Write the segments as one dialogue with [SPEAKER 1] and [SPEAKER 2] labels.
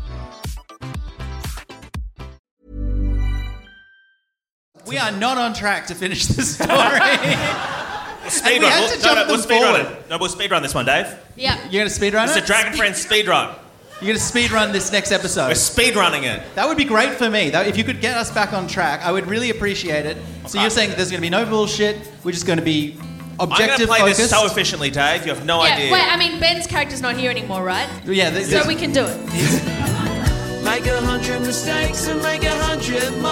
[SPEAKER 1] We are not on track to finish the story.
[SPEAKER 2] Speed
[SPEAKER 1] we
[SPEAKER 2] run.
[SPEAKER 1] had
[SPEAKER 2] We'll, no,
[SPEAKER 1] to
[SPEAKER 2] no,
[SPEAKER 1] jump
[SPEAKER 2] we'll
[SPEAKER 1] them
[SPEAKER 2] speed run
[SPEAKER 1] forward.
[SPEAKER 2] it. No, we'll speed run this one, Dave.
[SPEAKER 3] Yeah.
[SPEAKER 1] You're going to speedrun
[SPEAKER 2] It's
[SPEAKER 1] it?
[SPEAKER 2] a Dragon Friends speed run.
[SPEAKER 1] You're going to speedrun this next
[SPEAKER 2] We're
[SPEAKER 1] episode.
[SPEAKER 2] speed running it.
[SPEAKER 1] That would be great for me. That, if you could get us back on track, I would really appreciate it. So you're saying there's going to be no bullshit. We're just going to be
[SPEAKER 2] I'm going to
[SPEAKER 1] objective
[SPEAKER 2] play
[SPEAKER 1] focused.
[SPEAKER 2] this so efficiently, Dave. You have no
[SPEAKER 3] Yeah,
[SPEAKER 2] idea.
[SPEAKER 3] wait, I mean, Ben's character's not here anymore, right?
[SPEAKER 1] yeah, this,
[SPEAKER 3] So we can do it.
[SPEAKER 4] Make a hundred mistakes and make a hundred more.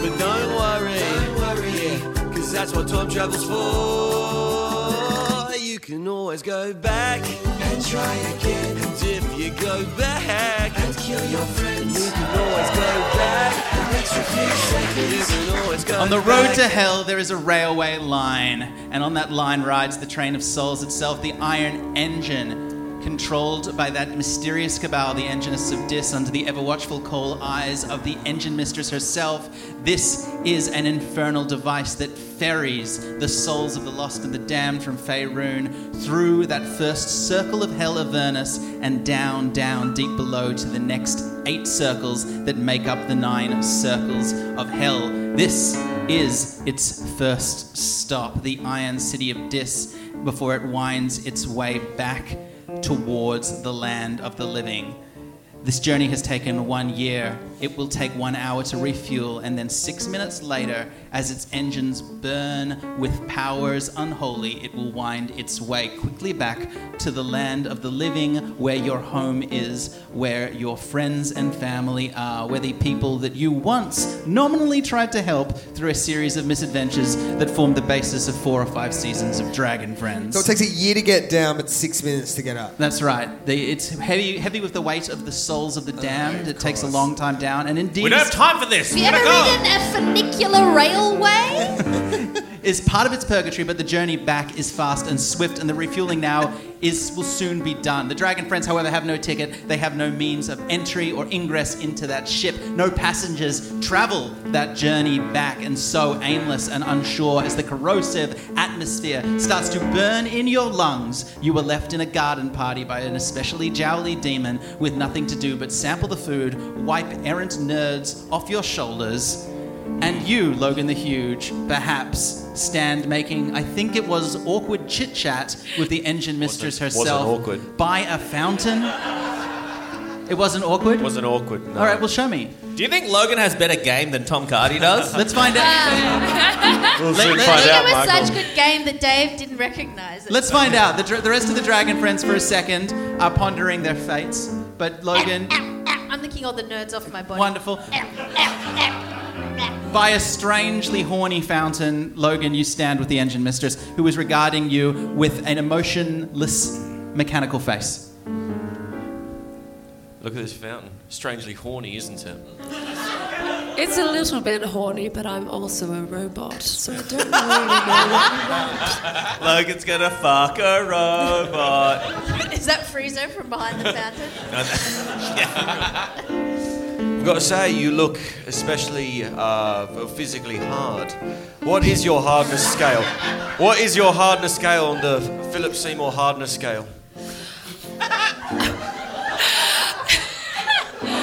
[SPEAKER 4] But don't worry, don't worry, cause that's what time travel's for. You can always go back and try again. And if you go back and kill your friends, you can always go back an extra few seconds. You can always go
[SPEAKER 1] On the road
[SPEAKER 4] back.
[SPEAKER 1] to hell, there is a railway line, and on that line rides the train of souls itself, the iron engine, controlled by that mysterious cabal, the engineists of Dis, under the ever watchful coal eyes of the engine mistress herself. This is an infernal device that ferries the souls of the lost and the damned from Faerun through that first circle of hell, Avernus, and down, down, deep below to the next eight circles that make up the nine of circles of hell. This is its first stop, the Iron City of Dis, before it winds its way back towards the land of the living. This journey has taken one year. It will take one hour to refuel, and then six minutes later, as its engines burn with powers unholy, it will wind its way quickly back to the land of the living, where your home is, where your friends and family are, where the people that you once nominally tried to help through a series of misadventures that formed the basis of four or five seasons of Dragon Friends.
[SPEAKER 5] So it takes a year to get down, but six minutes to get up.
[SPEAKER 1] That's right. The, it's heavy, heavy with the weight of the souls of the damned. it takes a long time down, and indeed
[SPEAKER 2] we don't have time for this.
[SPEAKER 3] Have you
[SPEAKER 2] We're
[SPEAKER 3] ever
[SPEAKER 2] gonna go.
[SPEAKER 3] ridden a funicular railway?
[SPEAKER 1] is part of its purgatory. But the journey back is fast and swift, and the refueling now is will soon be done. The dragon friends, however, have no ticket. They have no means of entry or ingress into that ship. No passengers travel that journey back, and so aimless and unsure as the corrosive atmosphere starts to burn in your lungs, you were left in a garden party by an especially jowly demon with nothing to do but sample the food, wipe errant nerds off your shoulders, and you, Logan the Huge, perhaps stand making, I think it was awkward chit chat with the engine mistress
[SPEAKER 2] Wasn't-
[SPEAKER 1] herself
[SPEAKER 2] wasn't awkward.
[SPEAKER 1] by a fountain. It wasn't awkward?
[SPEAKER 2] Wasn't awkward. No.
[SPEAKER 1] All right, well, show me.
[SPEAKER 2] Do you think Logan has better game than Tom Cardy does?
[SPEAKER 1] Let's find out.
[SPEAKER 6] We'll
[SPEAKER 1] Let-
[SPEAKER 6] soon
[SPEAKER 1] let-
[SPEAKER 6] find
[SPEAKER 3] Um, Look, it
[SPEAKER 6] out,
[SPEAKER 3] was
[SPEAKER 6] Michael.
[SPEAKER 3] such good game that Dave didn't recognise it.
[SPEAKER 1] Let's find out. The, dra- the rest of the dragon friends, for a second, are pondering their fates. But Logan,
[SPEAKER 3] Ah, I'm thinking all the nerds off my body.
[SPEAKER 1] wonderful. By a strangely horny fountain, Logan, you stand with the engine mistress, who is regarding you with an emotionless, mechanical face.
[SPEAKER 6] Look at this fountain. Strangely horny, isn't it?
[SPEAKER 7] It's a little bit horny, but I'm also a robot, so I don't really know what you want.
[SPEAKER 2] Logan's gonna fuck a robot.
[SPEAKER 3] Is that Friezo from behind the fountain?
[SPEAKER 6] I've got to say, you look especially uh, physically hard. What is your hardness scale? What is your hardness scale on the Philip Seymour hardness scale?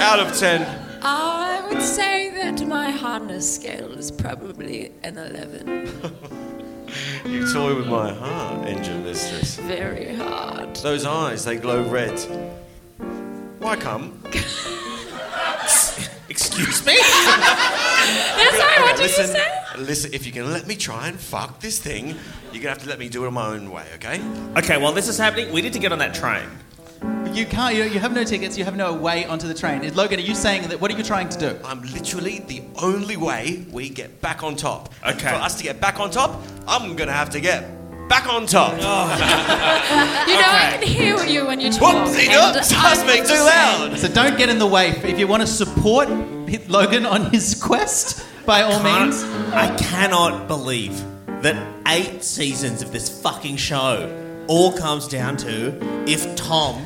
[SPEAKER 6] Out of 10.
[SPEAKER 7] I would say that my hardness scale is probably an 11.
[SPEAKER 6] You toy with my heart, engine listeners.
[SPEAKER 7] Very hard.
[SPEAKER 6] Those eyes, they glow red. Why come?
[SPEAKER 2] Excuse me?
[SPEAKER 7] That's right, what did
[SPEAKER 6] listen,
[SPEAKER 7] you say?
[SPEAKER 6] listen, if you're going to let me try and fuck this thing, you're going to have to let me do it my own way, okay?
[SPEAKER 2] Okay, while this is happening, we need to get on that train.
[SPEAKER 1] You can't. You, you have no tickets. You have no way onto the train. Is- Logan, are you saying that? What are you trying to do?
[SPEAKER 6] I'm literally the only way we get back on top. And
[SPEAKER 2] Okay.
[SPEAKER 6] For us to get back on top, I'm going to have to get back on top.
[SPEAKER 7] You know, I can hear you when you talk.
[SPEAKER 6] Whoopsie
[SPEAKER 7] and
[SPEAKER 6] doops,
[SPEAKER 7] I
[SPEAKER 6] must be
[SPEAKER 7] have
[SPEAKER 6] too
[SPEAKER 7] to
[SPEAKER 6] loud.
[SPEAKER 1] So don't get in the way. If you want to support Hit Logan on his quest, by all means.
[SPEAKER 2] I cannot believe that eight seasons of this fucking show all comes down to if Tom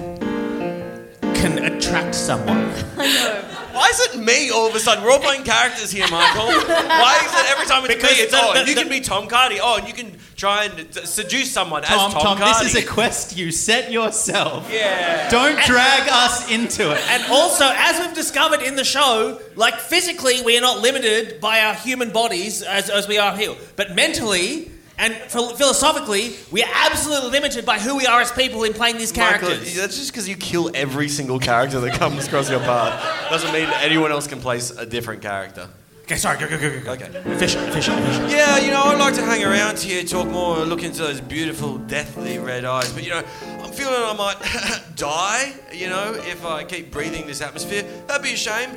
[SPEAKER 2] can attract someone.
[SPEAKER 6] Why is it me all of a sudden? We're all playing characters here, Michael. Why is it every time it's
[SPEAKER 2] Because
[SPEAKER 6] me? It's
[SPEAKER 2] the-
[SPEAKER 6] oh,
[SPEAKER 2] the-
[SPEAKER 6] you
[SPEAKER 2] the-
[SPEAKER 6] can be Tom Cardy. Oh, and you can try and d- seduce someone
[SPEAKER 1] Tom,
[SPEAKER 6] as Tom,
[SPEAKER 1] Tom,
[SPEAKER 6] Cardy.
[SPEAKER 1] this is a quest you set yourself.
[SPEAKER 6] yeah.
[SPEAKER 1] Don't drag us into it.
[SPEAKER 8] And also, as we've discovered in the show, like physically, we are not limited by our human bodies as, as we are here. But mentally and phil- philosophically, we are absolutely limited by who we are as people in playing these
[SPEAKER 6] Michael,
[SPEAKER 8] characters.
[SPEAKER 6] that's just because you kill every single character that comes across your path. Doesn't mean anyone else can place a different character.
[SPEAKER 8] Okay, sorry, go, go, go, go, go.
[SPEAKER 6] Okay.
[SPEAKER 8] Efficient, efficient, efficient.
[SPEAKER 6] Yeah, you know, I'd like to hang around here, talk more, look into those beautiful, deathly red eyes. But, you know, I'm feeling I might die, you know, if I keep breathing this atmosphere. That'd be a shame.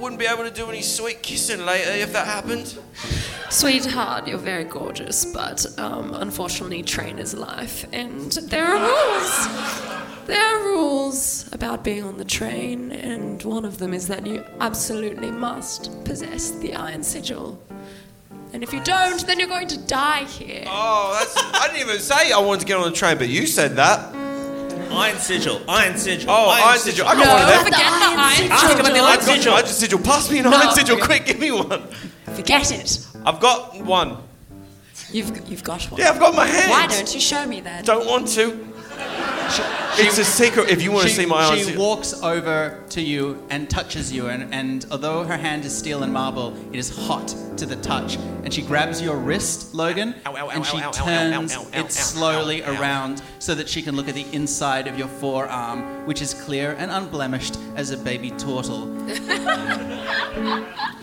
[SPEAKER 6] Wouldn't be able to do any sweet kissing later if that happened.
[SPEAKER 7] say, Sweetheart, you're very gorgeous, but um, unfortunately, train is life, and there are rules. There are rules about being on the train, and one of them is that you absolutely must possess the iron sigil. And if you don't, then you're going to die here.
[SPEAKER 6] Oh, that's. I didn't even say I wanted to get on the train, but you said that.
[SPEAKER 8] Iron sigil, iron sigil.
[SPEAKER 6] Oh, iron, sigil. I got one of them.
[SPEAKER 7] forget the iron
[SPEAKER 8] Ask him about the
[SPEAKER 7] sigil.
[SPEAKER 8] iron
[SPEAKER 6] I've got
[SPEAKER 8] sigil.
[SPEAKER 6] iron sigil. Pass me an iron sigil, quick, give me one.
[SPEAKER 7] Forget it.
[SPEAKER 6] I've got one.
[SPEAKER 7] You've, you've got one.
[SPEAKER 6] Yeah, I've got it in my hand.
[SPEAKER 7] Why don't you show me that?
[SPEAKER 6] Don't want to. It's a secret. If you want to see my iron
[SPEAKER 1] she
[SPEAKER 6] sigil.
[SPEAKER 1] walks over to you and touches you, and, and although her hand is steel and marble, it is hot to the touch. And she grabs your wrist, Logan,
[SPEAKER 6] Ow, ow, ow,
[SPEAKER 1] and she
[SPEAKER 6] ow, ow, ow, ow,
[SPEAKER 1] turns
[SPEAKER 6] ow, ow, ow,
[SPEAKER 1] it slowly
[SPEAKER 6] ow, ow.
[SPEAKER 1] around so that she can look at the inside of your forearm, which is clear and unblemished as a baby turtle.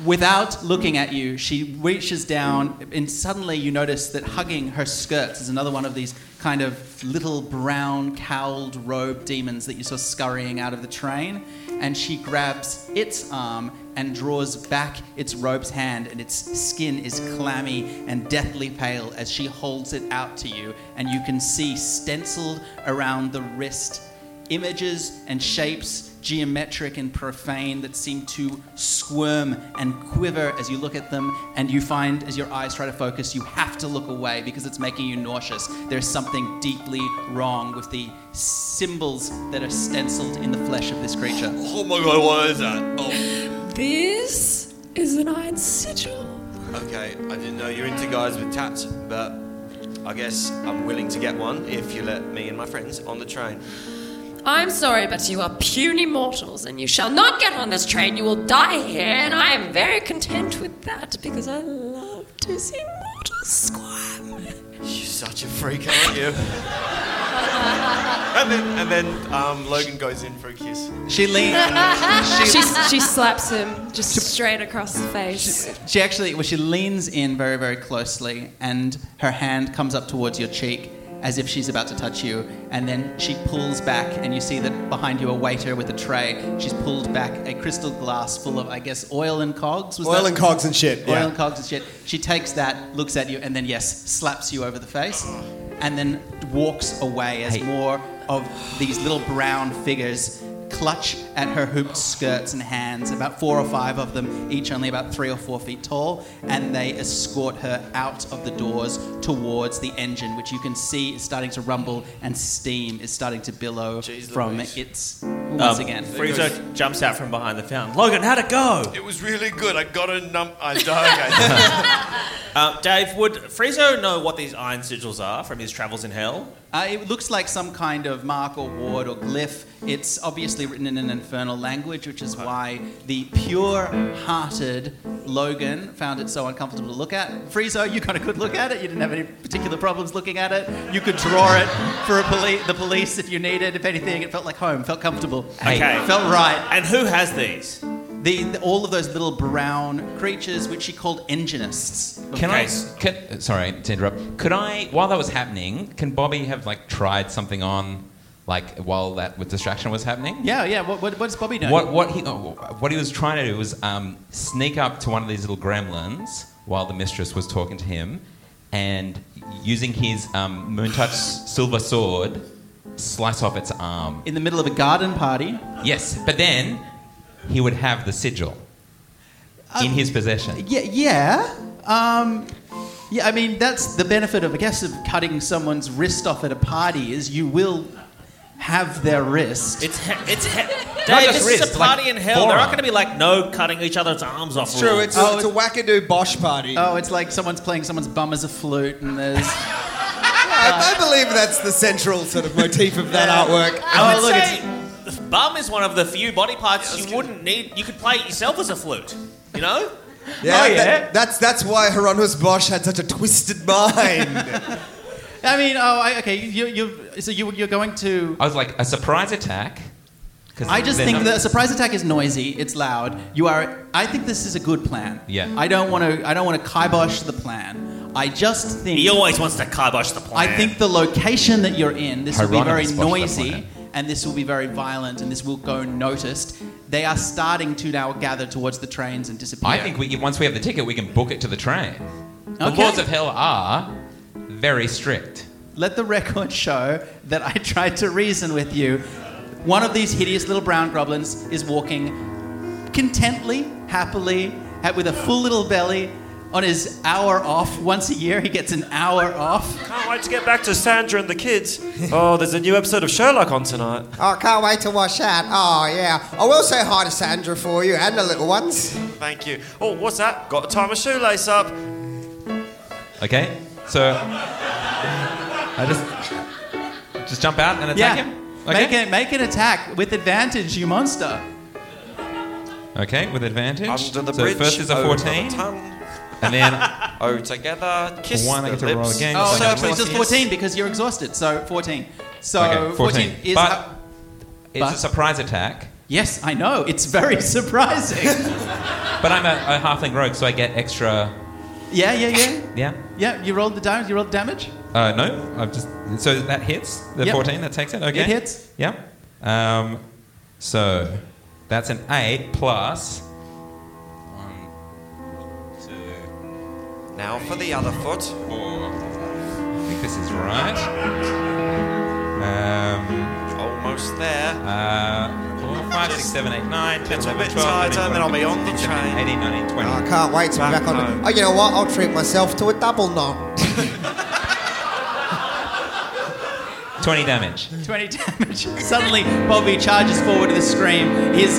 [SPEAKER 1] Without looking at you, she reaches down, and suddenly you notice that hugging her skirts is another one of these kind of little brown cowled robe demons that you saw scurrying out of the train. And she grabs its arm and draws back its robe's hand, and its skin is clammy and deathly pale as she holds it out to you. And you can see stenciled around the wrist images and shapes, geometric and profane, that seem to squirm and quiver as you look at them. And you find, as your eyes try to focus, you have to look away because it's making you nauseous. There's something deeply wrong with the symbols that are stenciled in the flesh of this creature.
[SPEAKER 6] Oh my god, what is that? Oh,
[SPEAKER 7] This is an iron sigil.
[SPEAKER 6] okay. I didn't know you're into guys with tats, but I guess I'm willing to get one if you let me and my friends on the train.
[SPEAKER 7] I'm sorry, but you are puny mortals, and you shall not get on this train. You will die here, and I am very content with that because I love to see mortals squirm.
[SPEAKER 6] You're such a freak, aren't you? and then, and then um, Logan goes in for a kiss.
[SPEAKER 1] She leans.
[SPEAKER 7] She, she slaps him just straight across the face.
[SPEAKER 1] She actually, well, she leans in very, very closely, and her hand comes up towards your cheek as if she's about to touch you, and then she pulls back, and you see that behind you a waiter with a tray. She's pulled back a crystal glass full of, I guess, oil and cogs. Was
[SPEAKER 5] Oil
[SPEAKER 1] that-
[SPEAKER 5] and cogs and shit.
[SPEAKER 1] Oil
[SPEAKER 5] yeah.
[SPEAKER 1] and cogs and shit. She takes that, looks at you, and then yes, slaps you over the face, and then walks away as more of these little brown figures clutch at her hooped skirts and hands. About four or five of them, each only about three or four feet tall, and they escort her out of the doors towards the engine, which you can see is starting to rumble and steam is starting to billow from its
[SPEAKER 8] Um,
[SPEAKER 5] Um,
[SPEAKER 1] once again.
[SPEAKER 8] Frieza jumps out from behind the fountain. Logan, how'd it go?
[SPEAKER 6] It was really good. I got a num. I okay.
[SPEAKER 8] Uh, Dave, would Friezo know what these iron sigils are from his travels in hell?
[SPEAKER 1] Uh, it looks like some kind of mark or ward or glyph. It's obviously written in an infernal language, which is why the pure hearted Logan found it so uncomfortable to look at. Friezo, you got a good look at it. You didn't have any particular problems looking at it. You could draw it for a poli- the police if you needed. If anything, it felt like home, felt comfortable.
[SPEAKER 8] Okay.
[SPEAKER 1] Felt right.
[SPEAKER 8] And who has these?
[SPEAKER 1] The, the- all of those little brown creatures, which she called enginists.
[SPEAKER 9] Can
[SPEAKER 8] Okay.
[SPEAKER 9] I? Can, sorry to interrupt. Could I, while that was happening, can Bobby have like tried something on, like while that with distraction was happening?
[SPEAKER 1] Yeah, yeah. What, what, what does Bobby know?
[SPEAKER 9] What what he oh, what he was trying to do was um, sneak up to one of these little gremlins while the mistress was talking to him, and using his um, Moontouch's silver sword, slice off its arm.
[SPEAKER 1] In the middle of a garden party?
[SPEAKER 9] Yes, but then he would have the sigil
[SPEAKER 1] Um,
[SPEAKER 9] in his possession.
[SPEAKER 1] Yeah, yeah. Um, yeah, I mean, that's the benefit of, I guess, of cutting someone's wrist off at a party is you will have their wrist.
[SPEAKER 8] It's he- it's he- Dave,
[SPEAKER 1] Not just
[SPEAKER 8] this is
[SPEAKER 1] wrist,
[SPEAKER 8] a party
[SPEAKER 1] like
[SPEAKER 8] in hell. There aren't
[SPEAKER 1] forearm.
[SPEAKER 8] going to be like no cutting each other's arms off.
[SPEAKER 1] It's true,
[SPEAKER 8] rules.
[SPEAKER 1] it's- Oh, it's a
[SPEAKER 5] wackadoo Bosch party.
[SPEAKER 1] Oh, it's like someone's playing someone's bum as a flute and there's...
[SPEAKER 5] I believe that's the central sort of motif of that artwork.
[SPEAKER 8] I would say the Oh, bum is one of the few body parts you wouldn't need. You could play it yourself as a flute. You know?
[SPEAKER 5] Yeah,
[SPEAKER 8] Oh, yeah.
[SPEAKER 5] that- that's that's why Hieronymus Bosch had such a twisted mind.
[SPEAKER 1] I mean, oh, I, okay, you, you, so you, you're going to...
[SPEAKER 9] I was like, a surprise attack? 'Cause
[SPEAKER 1] I just
[SPEAKER 9] they're
[SPEAKER 1] think
[SPEAKER 9] not-
[SPEAKER 1] the surprise attack is noisy. It's loud. You are. I think this is a good plan.
[SPEAKER 9] Yeah.
[SPEAKER 1] I don't want to. I don't want to kibosh the plan. I just think.
[SPEAKER 8] He always wants to kibosh the plan.
[SPEAKER 1] I think the location that you're in, this will be very
[SPEAKER 9] Hieronymus botched that
[SPEAKER 1] noisy,
[SPEAKER 9] plan.
[SPEAKER 1] and this will be very violent, and this will go noticed. They are starting to now gather towards the trains and disappear.
[SPEAKER 9] I think we can, once we have the ticket, we can book it to the train. The
[SPEAKER 1] Okay.
[SPEAKER 9] laws of hell are very strict.
[SPEAKER 1] Let the record show that I tried to reason with you. One of these hideous little brown goblins is walking contently, happily, ha- with a full little belly on his hour off. Once a year, he gets an hour off.
[SPEAKER 10] Can't wait to get back to Sandra and the kids. Oh, there's a new episode of Sherlock on tonight.
[SPEAKER 5] oh, can't wait to watch that. Oh yeah, I will say hi to Sandra for you and the little ones.
[SPEAKER 10] Thank you. Oh, what's that? Got to tie my shoelace up.
[SPEAKER 9] Okay? So I just just jump out and attack
[SPEAKER 1] Yeah.
[SPEAKER 9] him.
[SPEAKER 1] Make, it, make an attack with advantage, you monster.
[SPEAKER 9] Okay, with advantage.
[SPEAKER 6] Under the
[SPEAKER 9] so
[SPEAKER 6] bridge,
[SPEAKER 9] first is a
[SPEAKER 6] over the
[SPEAKER 9] 14. And then
[SPEAKER 6] Oh, together, kiss
[SPEAKER 9] One, I
[SPEAKER 6] the
[SPEAKER 9] get to roll
[SPEAKER 6] lips.
[SPEAKER 9] again.
[SPEAKER 1] Oh,
[SPEAKER 9] Yes,
[SPEAKER 1] no,
[SPEAKER 9] I know.
[SPEAKER 1] but it's just 14 because you're exhausted. So 14. So
[SPEAKER 9] Okay, 14.
[SPEAKER 1] is.
[SPEAKER 9] But-
[SPEAKER 1] ho-
[SPEAKER 9] it's
[SPEAKER 1] But-
[SPEAKER 9] a surprise attack.
[SPEAKER 1] yes, I know. It's very surprising.
[SPEAKER 9] But I'm a, a halfling rogue, so I get extra.
[SPEAKER 1] yeah, yeah, yeah.
[SPEAKER 9] Yeah.
[SPEAKER 1] Yeah, you rolled the damage. You rolled the damage.
[SPEAKER 9] Uh, no, I've just. So that hits the
[SPEAKER 1] Yep.
[SPEAKER 9] 14. That takes it. Okay.
[SPEAKER 1] It hits.
[SPEAKER 9] Yeah. Um, so that's an eight plus.
[SPEAKER 6] Now for the other foot.
[SPEAKER 9] I think this is right. Um,
[SPEAKER 6] Almost there.
[SPEAKER 9] Uh, four, five, six, seven, eight, nine, ten,
[SPEAKER 6] Little
[SPEAKER 9] eleven,
[SPEAKER 6] bit
[SPEAKER 9] twelve,
[SPEAKER 6] tighter,
[SPEAKER 9] thirteen,
[SPEAKER 6] then I'll be on the
[SPEAKER 9] 14,
[SPEAKER 6] train.
[SPEAKER 9] 18, 19, 20.
[SPEAKER 1] Ah,
[SPEAKER 5] I can't wait to be
[SPEAKER 10] Back
[SPEAKER 5] back on.
[SPEAKER 10] home.
[SPEAKER 5] Oh, you know what? I'll treat myself to a double knot.
[SPEAKER 9] 20 damage.
[SPEAKER 1] 20 damage. Suddenly, Bobby charges forward with a scream. His,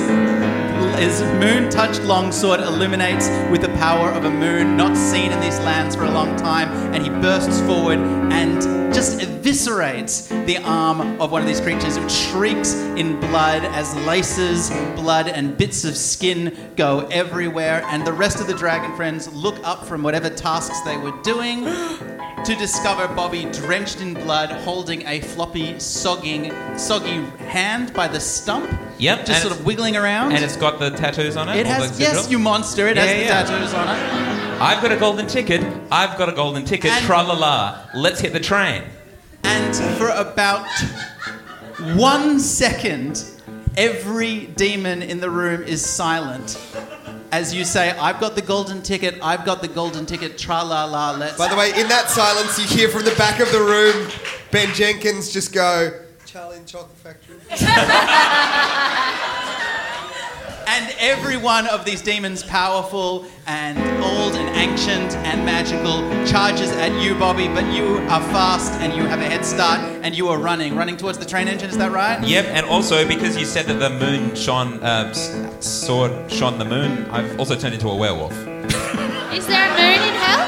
[SPEAKER 1] his moon touched longsword illuminates with the power of a moon not seen in these lands for a long time, and he bursts forward and just eviscerates the arm of one of these creatures. It shrieks in blood as laces, blood, and bits of skin go everywhere, and the rest of the dragon friends look up from whatever tasks they were doing. to discover Bobby drenched in blood, holding a floppy, sogging, soggy hand by the stump.
[SPEAKER 9] Yep, and
[SPEAKER 1] Just sort
[SPEAKER 9] it's-
[SPEAKER 1] of wiggling around.
[SPEAKER 9] And it's got the tattoos on it?
[SPEAKER 1] it
[SPEAKER 9] all
[SPEAKER 1] has,
[SPEAKER 9] the
[SPEAKER 1] yes,
[SPEAKER 9] sigil?
[SPEAKER 1] you monster, it
[SPEAKER 9] Yeah,
[SPEAKER 1] has the
[SPEAKER 9] yeah.
[SPEAKER 1] tattoos on it.
[SPEAKER 9] I've got a golden ticket. I've got a golden ticket.
[SPEAKER 1] And-
[SPEAKER 9] Tra la la. Let's hit the train.
[SPEAKER 1] And for about one second, every demon in the room is silent. As you say, I've got the golden ticket, I've got the golden ticket, tra la la, let's.
[SPEAKER 5] By the way, in that silence, you hear from the back of the room Ben Jenkins just go, Charlie in Chocolate Factory.
[SPEAKER 1] And every one of these demons, powerful and old and ancient and magical, charges at you, Bobby, but you are fast and you have a head start and you are running. Running towards the train engine, is that right?
[SPEAKER 9] Yep, and also because you said that the moon shone, uh, s- sword shone the moon, I've also turned into a werewolf.
[SPEAKER 3] Is there a moon in hell?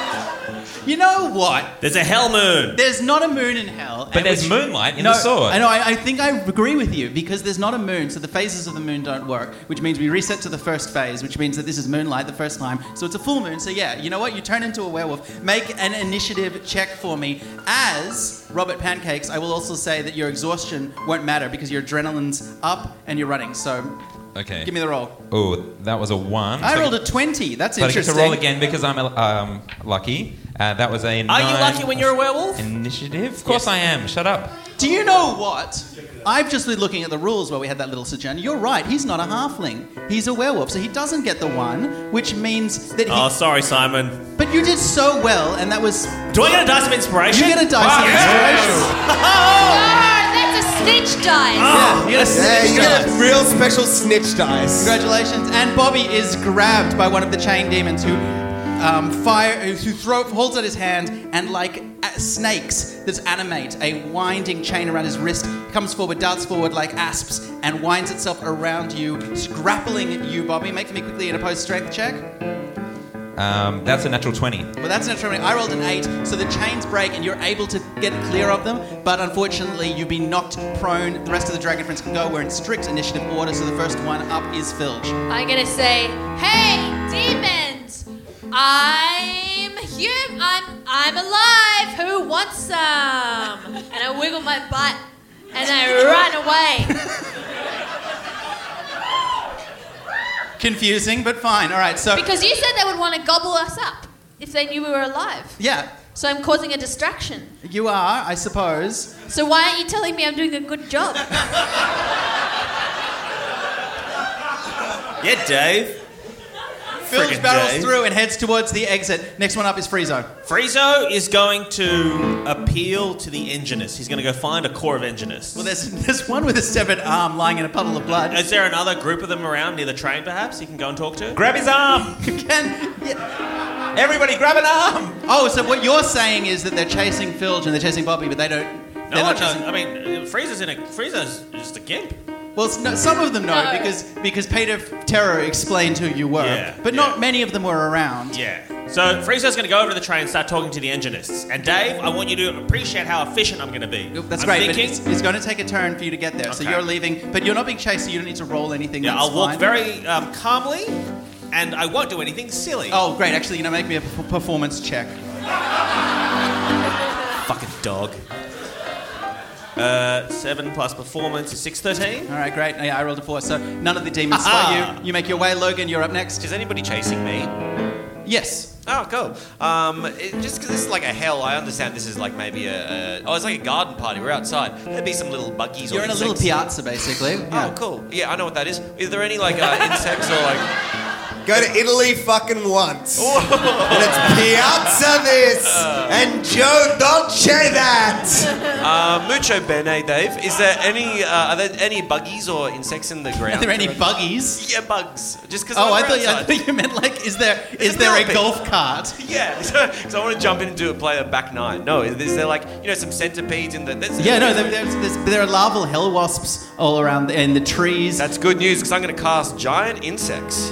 [SPEAKER 1] You know what?
[SPEAKER 8] There's a hell moon.
[SPEAKER 1] There's not a moon in hell.
[SPEAKER 9] But
[SPEAKER 1] and
[SPEAKER 9] there's
[SPEAKER 1] which-
[SPEAKER 9] moonlight in
[SPEAKER 1] no,
[SPEAKER 9] the sword.
[SPEAKER 1] I know, I, I think I agree with you because there's not a moon, so the phases of the moon don't work, which means we reset to the first phase, which means that this is moonlight the first time, so it's a full moon, so yeah, you know what? You turn into a werewolf. Make an initiative check for me. As Robert Pancakes, I will also say that your exhaustion won't matter because your adrenaline's up and you're running, so
[SPEAKER 9] Okay.
[SPEAKER 1] Give me the roll.
[SPEAKER 9] Oh, that was a one.
[SPEAKER 1] I
[SPEAKER 9] So-
[SPEAKER 1] rolled a 20. That's
[SPEAKER 9] but I get
[SPEAKER 1] interesting.
[SPEAKER 9] to roll again because I'm um, lucky. Uh, that was a
[SPEAKER 1] Are you lucky when you're a werewolf?
[SPEAKER 9] Initiative? Of course I am. Shut up.
[SPEAKER 1] Do you know what? I've just been looking at the rules where we had that little sojourn. You're right, he's not a halfling. He's a werewolf, so he doesn't get the one, which means that he.
[SPEAKER 2] Oh, sorry, Simon.
[SPEAKER 1] But you did so well, and that was.
[SPEAKER 2] Do I get a dice of inspiration?
[SPEAKER 1] You get a dice
[SPEAKER 2] Fuck
[SPEAKER 1] of
[SPEAKER 2] yes!
[SPEAKER 1] inspiration.
[SPEAKER 3] that's a snitch dice.
[SPEAKER 1] Yeah, Ah, you get a
[SPEAKER 5] Yeah,
[SPEAKER 1] snitch
[SPEAKER 5] you get a
[SPEAKER 1] dice.
[SPEAKER 5] real special snitch dice.
[SPEAKER 1] Congratulations. And Bobby is grabbed by one of the chain demons who um, fire who throw, holds out his hand and like a- snakes that animate a winding chain around his wrist comes forward, darts forward like asps and winds itself around you, grappling you, Bobby. Make me quickly an opposed strength check.
[SPEAKER 9] Um, that's a natural 20.
[SPEAKER 1] Well, that's an extremity. I rolled an eight, so the chains break and you're able to get clear of them. But unfortunately, you've been knocked prone. The rest of the dragon friends can go. We're in strict initiative order, so the first one up is Filge.
[SPEAKER 3] I'm gonna say, hey, demons! I'm hum. I'm I'm alive. Who wants some? And I wiggle my butt, and I run away.
[SPEAKER 1] Confusing, but fine. All right, so
[SPEAKER 3] Because you said they would want to gobble us up if they knew we were alive.
[SPEAKER 1] yeah,
[SPEAKER 3] So I'm causing a distraction.
[SPEAKER 1] you are, I suppose.
[SPEAKER 3] So why aren't you telling me I'm doing a good job?
[SPEAKER 2] Yeah, Dave.
[SPEAKER 1] Filge barrels through and heads towards the exit. Next one up is Friezo.
[SPEAKER 2] Friezo is going to appeal to the engineers. He's going to go find a core of engineers.
[SPEAKER 1] Well, there's there's one with a severed arm lying in a puddle of blood.
[SPEAKER 2] Is there another group of them around near the train, perhaps? You can go and talk to?
[SPEAKER 9] Grab his arm!
[SPEAKER 1] Can,
[SPEAKER 9] Everybody, grab an arm!
[SPEAKER 1] oh, so what you're saying is that they're chasing Filge and they're chasing Bobby, but they don't.
[SPEAKER 2] No,
[SPEAKER 1] they're
[SPEAKER 2] no,
[SPEAKER 1] not chasing
[SPEAKER 2] I mean, uh, Frieza's in a Frieza's just a gimp.
[SPEAKER 1] Well, s- no, some of them know
[SPEAKER 2] No.
[SPEAKER 1] because because Peter Terror explained who you were,
[SPEAKER 2] Yeah,
[SPEAKER 1] but not many of them were around.
[SPEAKER 2] Yeah. So Frieza's going to go over to the train and start talking to the engineers. And Dave, I want you to appreciate how efficient I'm going to be.
[SPEAKER 1] That's
[SPEAKER 2] I'm
[SPEAKER 1] great,
[SPEAKER 2] Thinking,
[SPEAKER 1] but it's, it's going to take a turn for you to get there. So
[SPEAKER 2] Okay.
[SPEAKER 1] you're leaving, but you're not being chased, so you don't need to roll anything.
[SPEAKER 2] yeah,
[SPEAKER 1] that's
[SPEAKER 2] I'll walk
[SPEAKER 1] fine.
[SPEAKER 2] very um, calmly, and I won't do anything silly.
[SPEAKER 1] Oh, great! Actually, you know, make me a p- performance check.
[SPEAKER 2] fucking dog. Uh, seven plus performance is six thirteen.
[SPEAKER 1] All right, great. Yeah, I rolled a four, so none of the demons
[SPEAKER 2] Aha.
[SPEAKER 1] spot you. You make your way, Logan. You're up next.
[SPEAKER 2] Is anybody chasing me?
[SPEAKER 1] Yes.
[SPEAKER 6] Oh, cool. Um, it, just 'cause this is like a hell, I understand this is like maybe a, a oh, it's like a garden party. We're outside. There'd be some little buggies.
[SPEAKER 1] You're
[SPEAKER 6] or
[SPEAKER 1] in a little
[SPEAKER 6] insects.
[SPEAKER 1] piazza, basically.
[SPEAKER 6] Oh, cool. Yeah, I know what that is. Is there any like uh, insects or like?
[SPEAKER 5] Go to Italy fucking once. And it's Piazza this and Joe Dolce that.
[SPEAKER 6] Uh, mucho bene, Dave. Is there any? Uh, are there any buggies or insects in the ground?
[SPEAKER 1] Are there any buggies?
[SPEAKER 6] Yeah, bugs. Just because.
[SPEAKER 1] Oh, I thought, you, I thought you meant like, is there is
[SPEAKER 6] a
[SPEAKER 1] there a
[SPEAKER 6] millipede.
[SPEAKER 1] golf cart?
[SPEAKER 6] Yeah, because I want to jump in and do a play a back nine. No, is there like you know some centipedes in the? There's,
[SPEAKER 1] Yeah, no, there, there's, there's, there are larval hell wasps all around the- in the trees.
[SPEAKER 6] That's good news because I'm going to cast giant insects,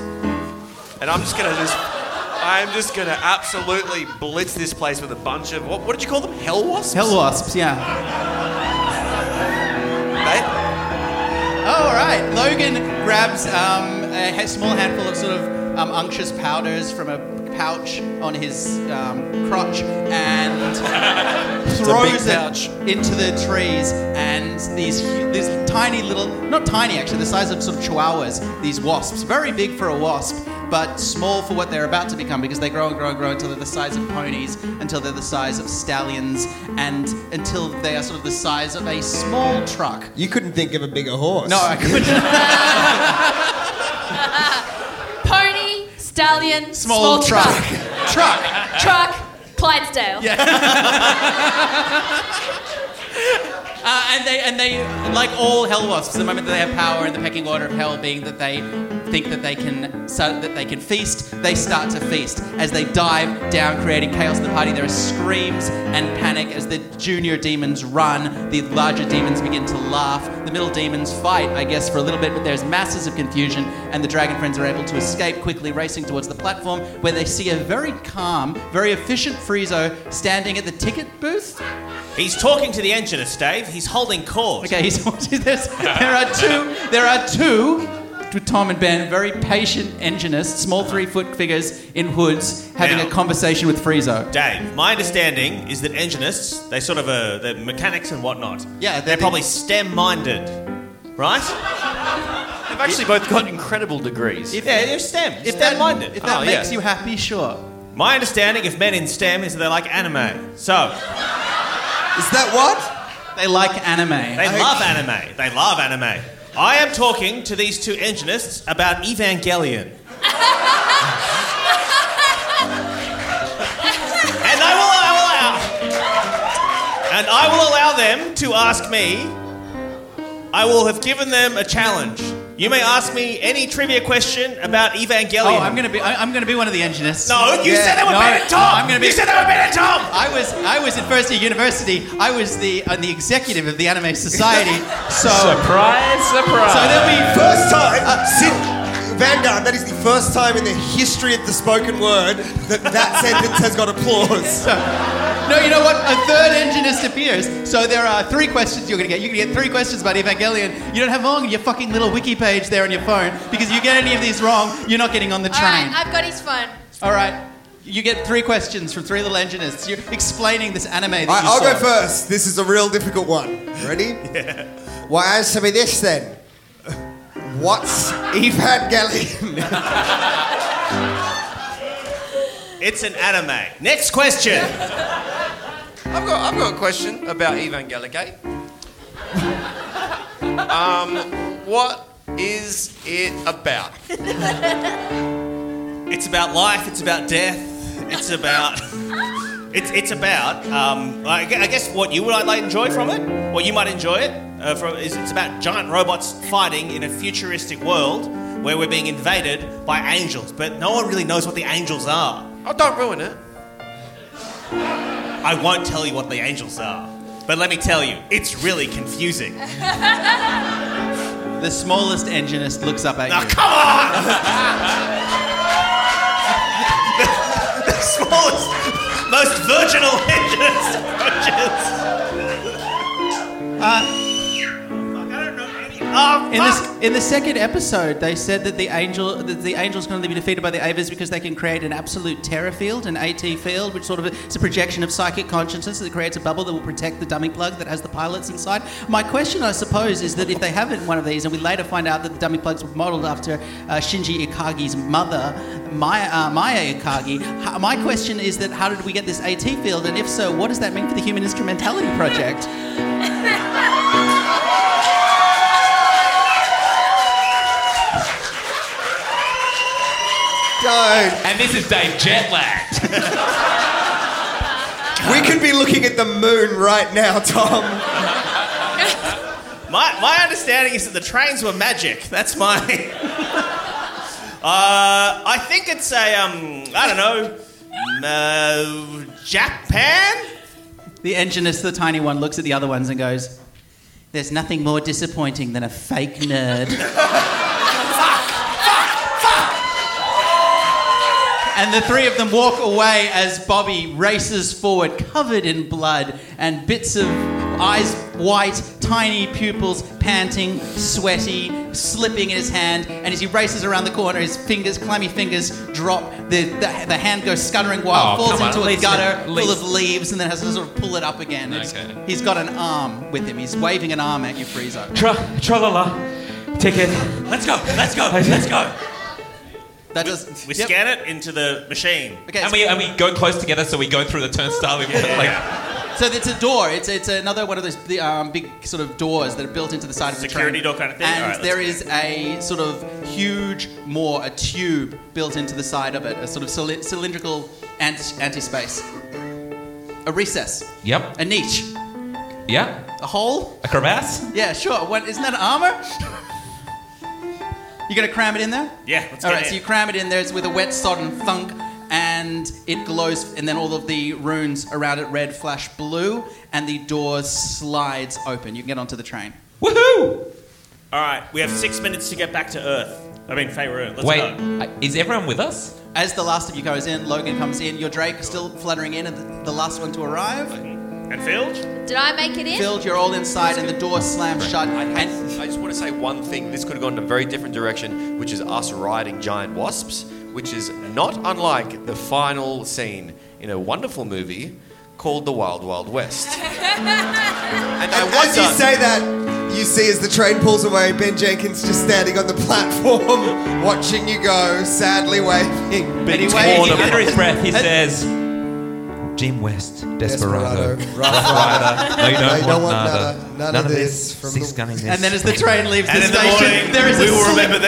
[SPEAKER 6] and I'm just going to just, I'm just going to absolutely blitz this place with a bunch of what? What did you call them? Hell wasps.
[SPEAKER 1] Hell wasps, yeah.
[SPEAKER 6] They-
[SPEAKER 1] Oh, all right. Logan grabs um, a ha- small handful of sort of um, unctuous powders from a pouch on his um, crotch and throws it
[SPEAKER 6] pouch.
[SPEAKER 1] into the trees. And these hu- these tiny little, not tiny actually, the size of sort of chihuahuas. These wasps, very big for a wasp, but small for what they're about to become because they grow and grow and grow until they're the size of ponies, until they're the size of stallions, and until they are sort of the size of a small truck.
[SPEAKER 5] You couldn't think of a bigger horse.
[SPEAKER 1] No, I couldn't.
[SPEAKER 3] Pony, stallion,
[SPEAKER 1] Small truck. truck.
[SPEAKER 3] truck, Clydesdale.
[SPEAKER 1] Uh, and they and they like all hell wasps. The moment that they have power in the pecking order of hell, being that they think that they can so that they can feast, they start to feast as they dive down, creating chaos in the party. There are screams and panic as the junior demons run. The larger demons begin to laugh. The middle demons fight, I guess, for a little bit, but there's masses of confusion, and the dragon friends are able to escape quickly, racing towards the platform where they see a very calm, very efficient Friezo standing at the ticket booth.
[SPEAKER 2] He's talking to the engineers, Dave. He's holding court.
[SPEAKER 1] Okay, he's there's, there are two. There are two. To Tom and Ben, very patient engineists,
[SPEAKER 11] Uh-huh.
[SPEAKER 1] small three-foot figures in hoods, having
[SPEAKER 2] Now.
[SPEAKER 1] a conversation with Friezo.
[SPEAKER 2] Dave, my understanding is that engineers, they sort of uh, they're mechanics and whatnot.
[SPEAKER 1] Yeah,
[SPEAKER 2] they're, probably STEM minded, right?
[SPEAKER 1] They're
[SPEAKER 6] We've actually both got incredible degrees. Oh,
[SPEAKER 1] If-
[SPEAKER 11] yeah, you're STEM. If STEM minded.
[SPEAKER 1] If that makes you happy, sure.
[SPEAKER 11] My understanding of men in STEM is that they like anime. So.
[SPEAKER 5] Is that what?
[SPEAKER 1] They like anime.
[SPEAKER 11] They love anime. They love anime. I am talking to these two enginists about Evangelion. and I will, I will allow. And I will allow them to ask me. I will have given them a challenge. You may ask me any trivia question about Evangelion.
[SPEAKER 1] Oh, I'm gonna be. I- I'm gonna be one of the engineers.
[SPEAKER 11] No, you said they were
[SPEAKER 1] no,
[SPEAKER 11] Ben and Tom!
[SPEAKER 1] no, I'm gonna be.
[SPEAKER 11] You said they were Ben and Tom!
[SPEAKER 1] I was. I was at First Year University. I was the uh, the executive of the Anime Society. So
[SPEAKER 9] surprise, surprise.
[SPEAKER 1] So there'll be
[SPEAKER 5] First time, uh, Sid Vanguard. That is the first time in the history of the spoken word that that sentence has got applause.
[SPEAKER 1] No, you know what? A third engineist appears. So there are three questions you're going to get. You're going to get three questions about Evangelion. You don't have long in your fucking little wiki page there on your phone because you get any of these wrong, you're not getting on the
[SPEAKER 3] All right,
[SPEAKER 1] train.
[SPEAKER 3] I've got his phone.
[SPEAKER 1] All right. You get three questions from three little engineers. You're explaining this anime that
[SPEAKER 5] All right,
[SPEAKER 1] you
[SPEAKER 5] I'll
[SPEAKER 1] saw.
[SPEAKER 5] go first. This is a real difficult one. Ready? yeah. Well, answer me this then. What's Evangelion?
[SPEAKER 11] It's an anime. Next question.
[SPEAKER 6] I've got, I've got a question about Evangelicate. um, what is it about?
[SPEAKER 11] It's about life. It's about death. It's about. It's, it's about. Um, I, gue- I guess what you would like enjoy from it, what you might enjoy it uh, from, is it's about giant robots fighting in a futuristic world where we're being invaded by angels, but no one really knows what the angels are.
[SPEAKER 6] Oh, don't ruin it.
[SPEAKER 11] I won't tell you what the angels are, but let me tell you, it's really confusing.
[SPEAKER 1] The smallest engineist looks up at you.
[SPEAKER 11] come on! the smallest, most virginal engine's approaches.
[SPEAKER 1] in, this, in the second episode, they said that the angel, that the angel's going to be defeated by the Avers because they can create an absolute terror field, an AT field, which sort of it's a projection of psychic consciousness that creates a bubble that will protect the dummy plug that has the pilots inside. My question, I suppose, is that if they haven't one of these, and we later find out that the dummy plugs were modelled after uh, Shinji Ikagi's mother, Maya, uh, Maya Ikagi, h- my question is that how did we get this AT field, and if so, what does that mean for the Human Instrumentality Project?
[SPEAKER 5] Don't.
[SPEAKER 9] And this is Dave jet lagged.
[SPEAKER 5] We could be looking at the moon right now, Tom.
[SPEAKER 11] My, my understanding is that the trains were magic. That's my. uh, I think it's a um, I don't know, uh, Japan.
[SPEAKER 1] The engineist, the tiny one, looks at the other ones and goes, There's nothing more disappointing than a fake nerd. fuck, fuck, fuck! And the three of them walk away as Bobby races forward, covered in blood and bits of eyes white, tiny pupils, panting, sweaty, slipping in his hand. And as he races around the corner, his fingers, clammy fingers, drop. The, the, the hand goes scuttering wild,
[SPEAKER 9] Oh,
[SPEAKER 1] falls
[SPEAKER 9] come on,
[SPEAKER 1] into
[SPEAKER 9] at
[SPEAKER 1] a
[SPEAKER 9] least-
[SPEAKER 1] gutter
[SPEAKER 9] at
[SPEAKER 1] full
[SPEAKER 9] least.
[SPEAKER 1] of leaves and then has to sort of pull it up again. It's-
[SPEAKER 9] Okay.
[SPEAKER 1] He's got an arm with him. He's waving an arm at you, Friezo.
[SPEAKER 10] Tra, tra la la. Ticket.
[SPEAKER 11] Let's go. Let's go. Let's go.
[SPEAKER 1] That does.
[SPEAKER 11] We
[SPEAKER 1] yep.
[SPEAKER 11] scan it into the machine.
[SPEAKER 1] Okay,
[SPEAKER 9] And we, and we go close together so we go through the turnstile. We like,
[SPEAKER 1] so it's a door. It's it's another one of those the, um, big sort of doors that are built into the side of the train.
[SPEAKER 11] Security door kind of thing?
[SPEAKER 1] And
[SPEAKER 11] All right,
[SPEAKER 1] there is a sort of huge, more a tube built into the side of it, a sort of cyli- cylindrical anti- anti-space, a recess,
[SPEAKER 9] yep,
[SPEAKER 1] a niche,
[SPEAKER 9] yeah,
[SPEAKER 1] a hole.
[SPEAKER 9] a crevasse.
[SPEAKER 1] Yeah, sure. What isn't that armor? You gonna cram it in there?
[SPEAKER 11] Yeah. Let's
[SPEAKER 1] All
[SPEAKER 11] get
[SPEAKER 1] right, so you
[SPEAKER 11] it.
[SPEAKER 1] cram it in there. It's with a wet sodden thunk, and it glows, and then all of the runes around it red flash blue, and the door slides open. You can get onto the train.
[SPEAKER 9] Woohoo!
[SPEAKER 11] All right. We have six minutes to get back to Earth. I mean, Faerun. Let's
[SPEAKER 9] Wait,
[SPEAKER 11] go.
[SPEAKER 9] uh, is everyone with us?
[SPEAKER 1] As the last of you goes in, Logan comes in. Your Drake still fluttering in, and the, the last one to arrive.
[SPEAKER 11] And Phil.
[SPEAKER 3] Did I make it in?
[SPEAKER 1] Filled, you're all inside, and the door slams shut. And
[SPEAKER 6] I just want to say one thing. This could have gone in a very different direction, which is us riding giant wasps, which is not unlike the final scene in a wonderful movie called The Wild Wild West. and I
[SPEAKER 5] As you
[SPEAKER 6] wonder,
[SPEAKER 5] say that, you see as the train pulls away, Ben Jenkins just standing on the platform, watching you go, sadly waving.
[SPEAKER 9] Being torn apart. under his breath, he says, Jim West, Desperado.
[SPEAKER 5] Desperado, Rough
[SPEAKER 9] Rider. They don't, want, nada.
[SPEAKER 5] none of this from
[SPEAKER 9] Six gunning this.
[SPEAKER 1] And then as the train leaves
[SPEAKER 9] And
[SPEAKER 1] the
[SPEAKER 9] in the
[SPEAKER 1] station,
[SPEAKER 9] morning,
[SPEAKER 1] there is
[SPEAKER 9] we
[SPEAKER 1] a
[SPEAKER 9] will
[SPEAKER 1] sli-
[SPEAKER 9] remember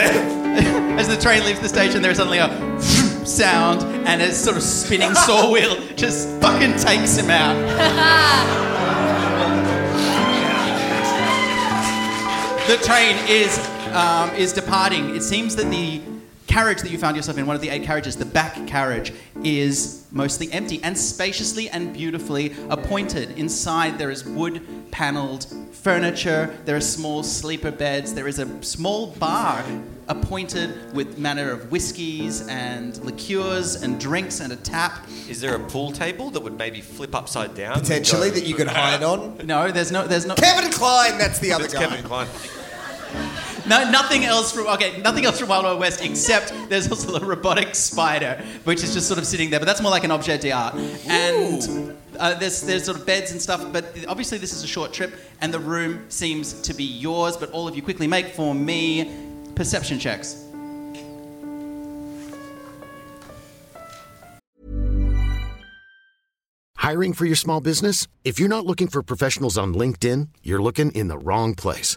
[SPEAKER 1] as the train leaves the station, there is suddenly a sound, and a sort of spinning saw wheel just fucking takes him out. The train is um, is departing. It seems that the carriage that you found yourself in, one of the eight carriages, the back carriage, is mostly empty and spaciously and beautifully appointed. Inside there is wood panelled furniture. There are small sleeper beds. There is a small bar appointed with manner of whiskies and liqueurs and drinks and a tap.
[SPEAKER 6] Is there a pool table that would maybe flip upside down?
[SPEAKER 5] Potentially
[SPEAKER 6] Go-
[SPEAKER 5] that you could hide on.
[SPEAKER 1] No, there's no, there's no.
[SPEAKER 5] Kevin Klein, that's the other
[SPEAKER 6] It's
[SPEAKER 5] guy.
[SPEAKER 6] Kevin Klein.
[SPEAKER 1] No, nothing else from okay, nothing else from Wild Wild West except there's also a robotic spider, which is just sort of sitting there. But that's more like an objet d'art. And uh, there's there's sort of beds and stuff. But obviously this is a short trip, and the room seems to be yours. But all of you quickly make for me perception checks.
[SPEAKER 12] Hiring for your small business? If you're not looking for professionals on LinkedIn, you're looking in the wrong place.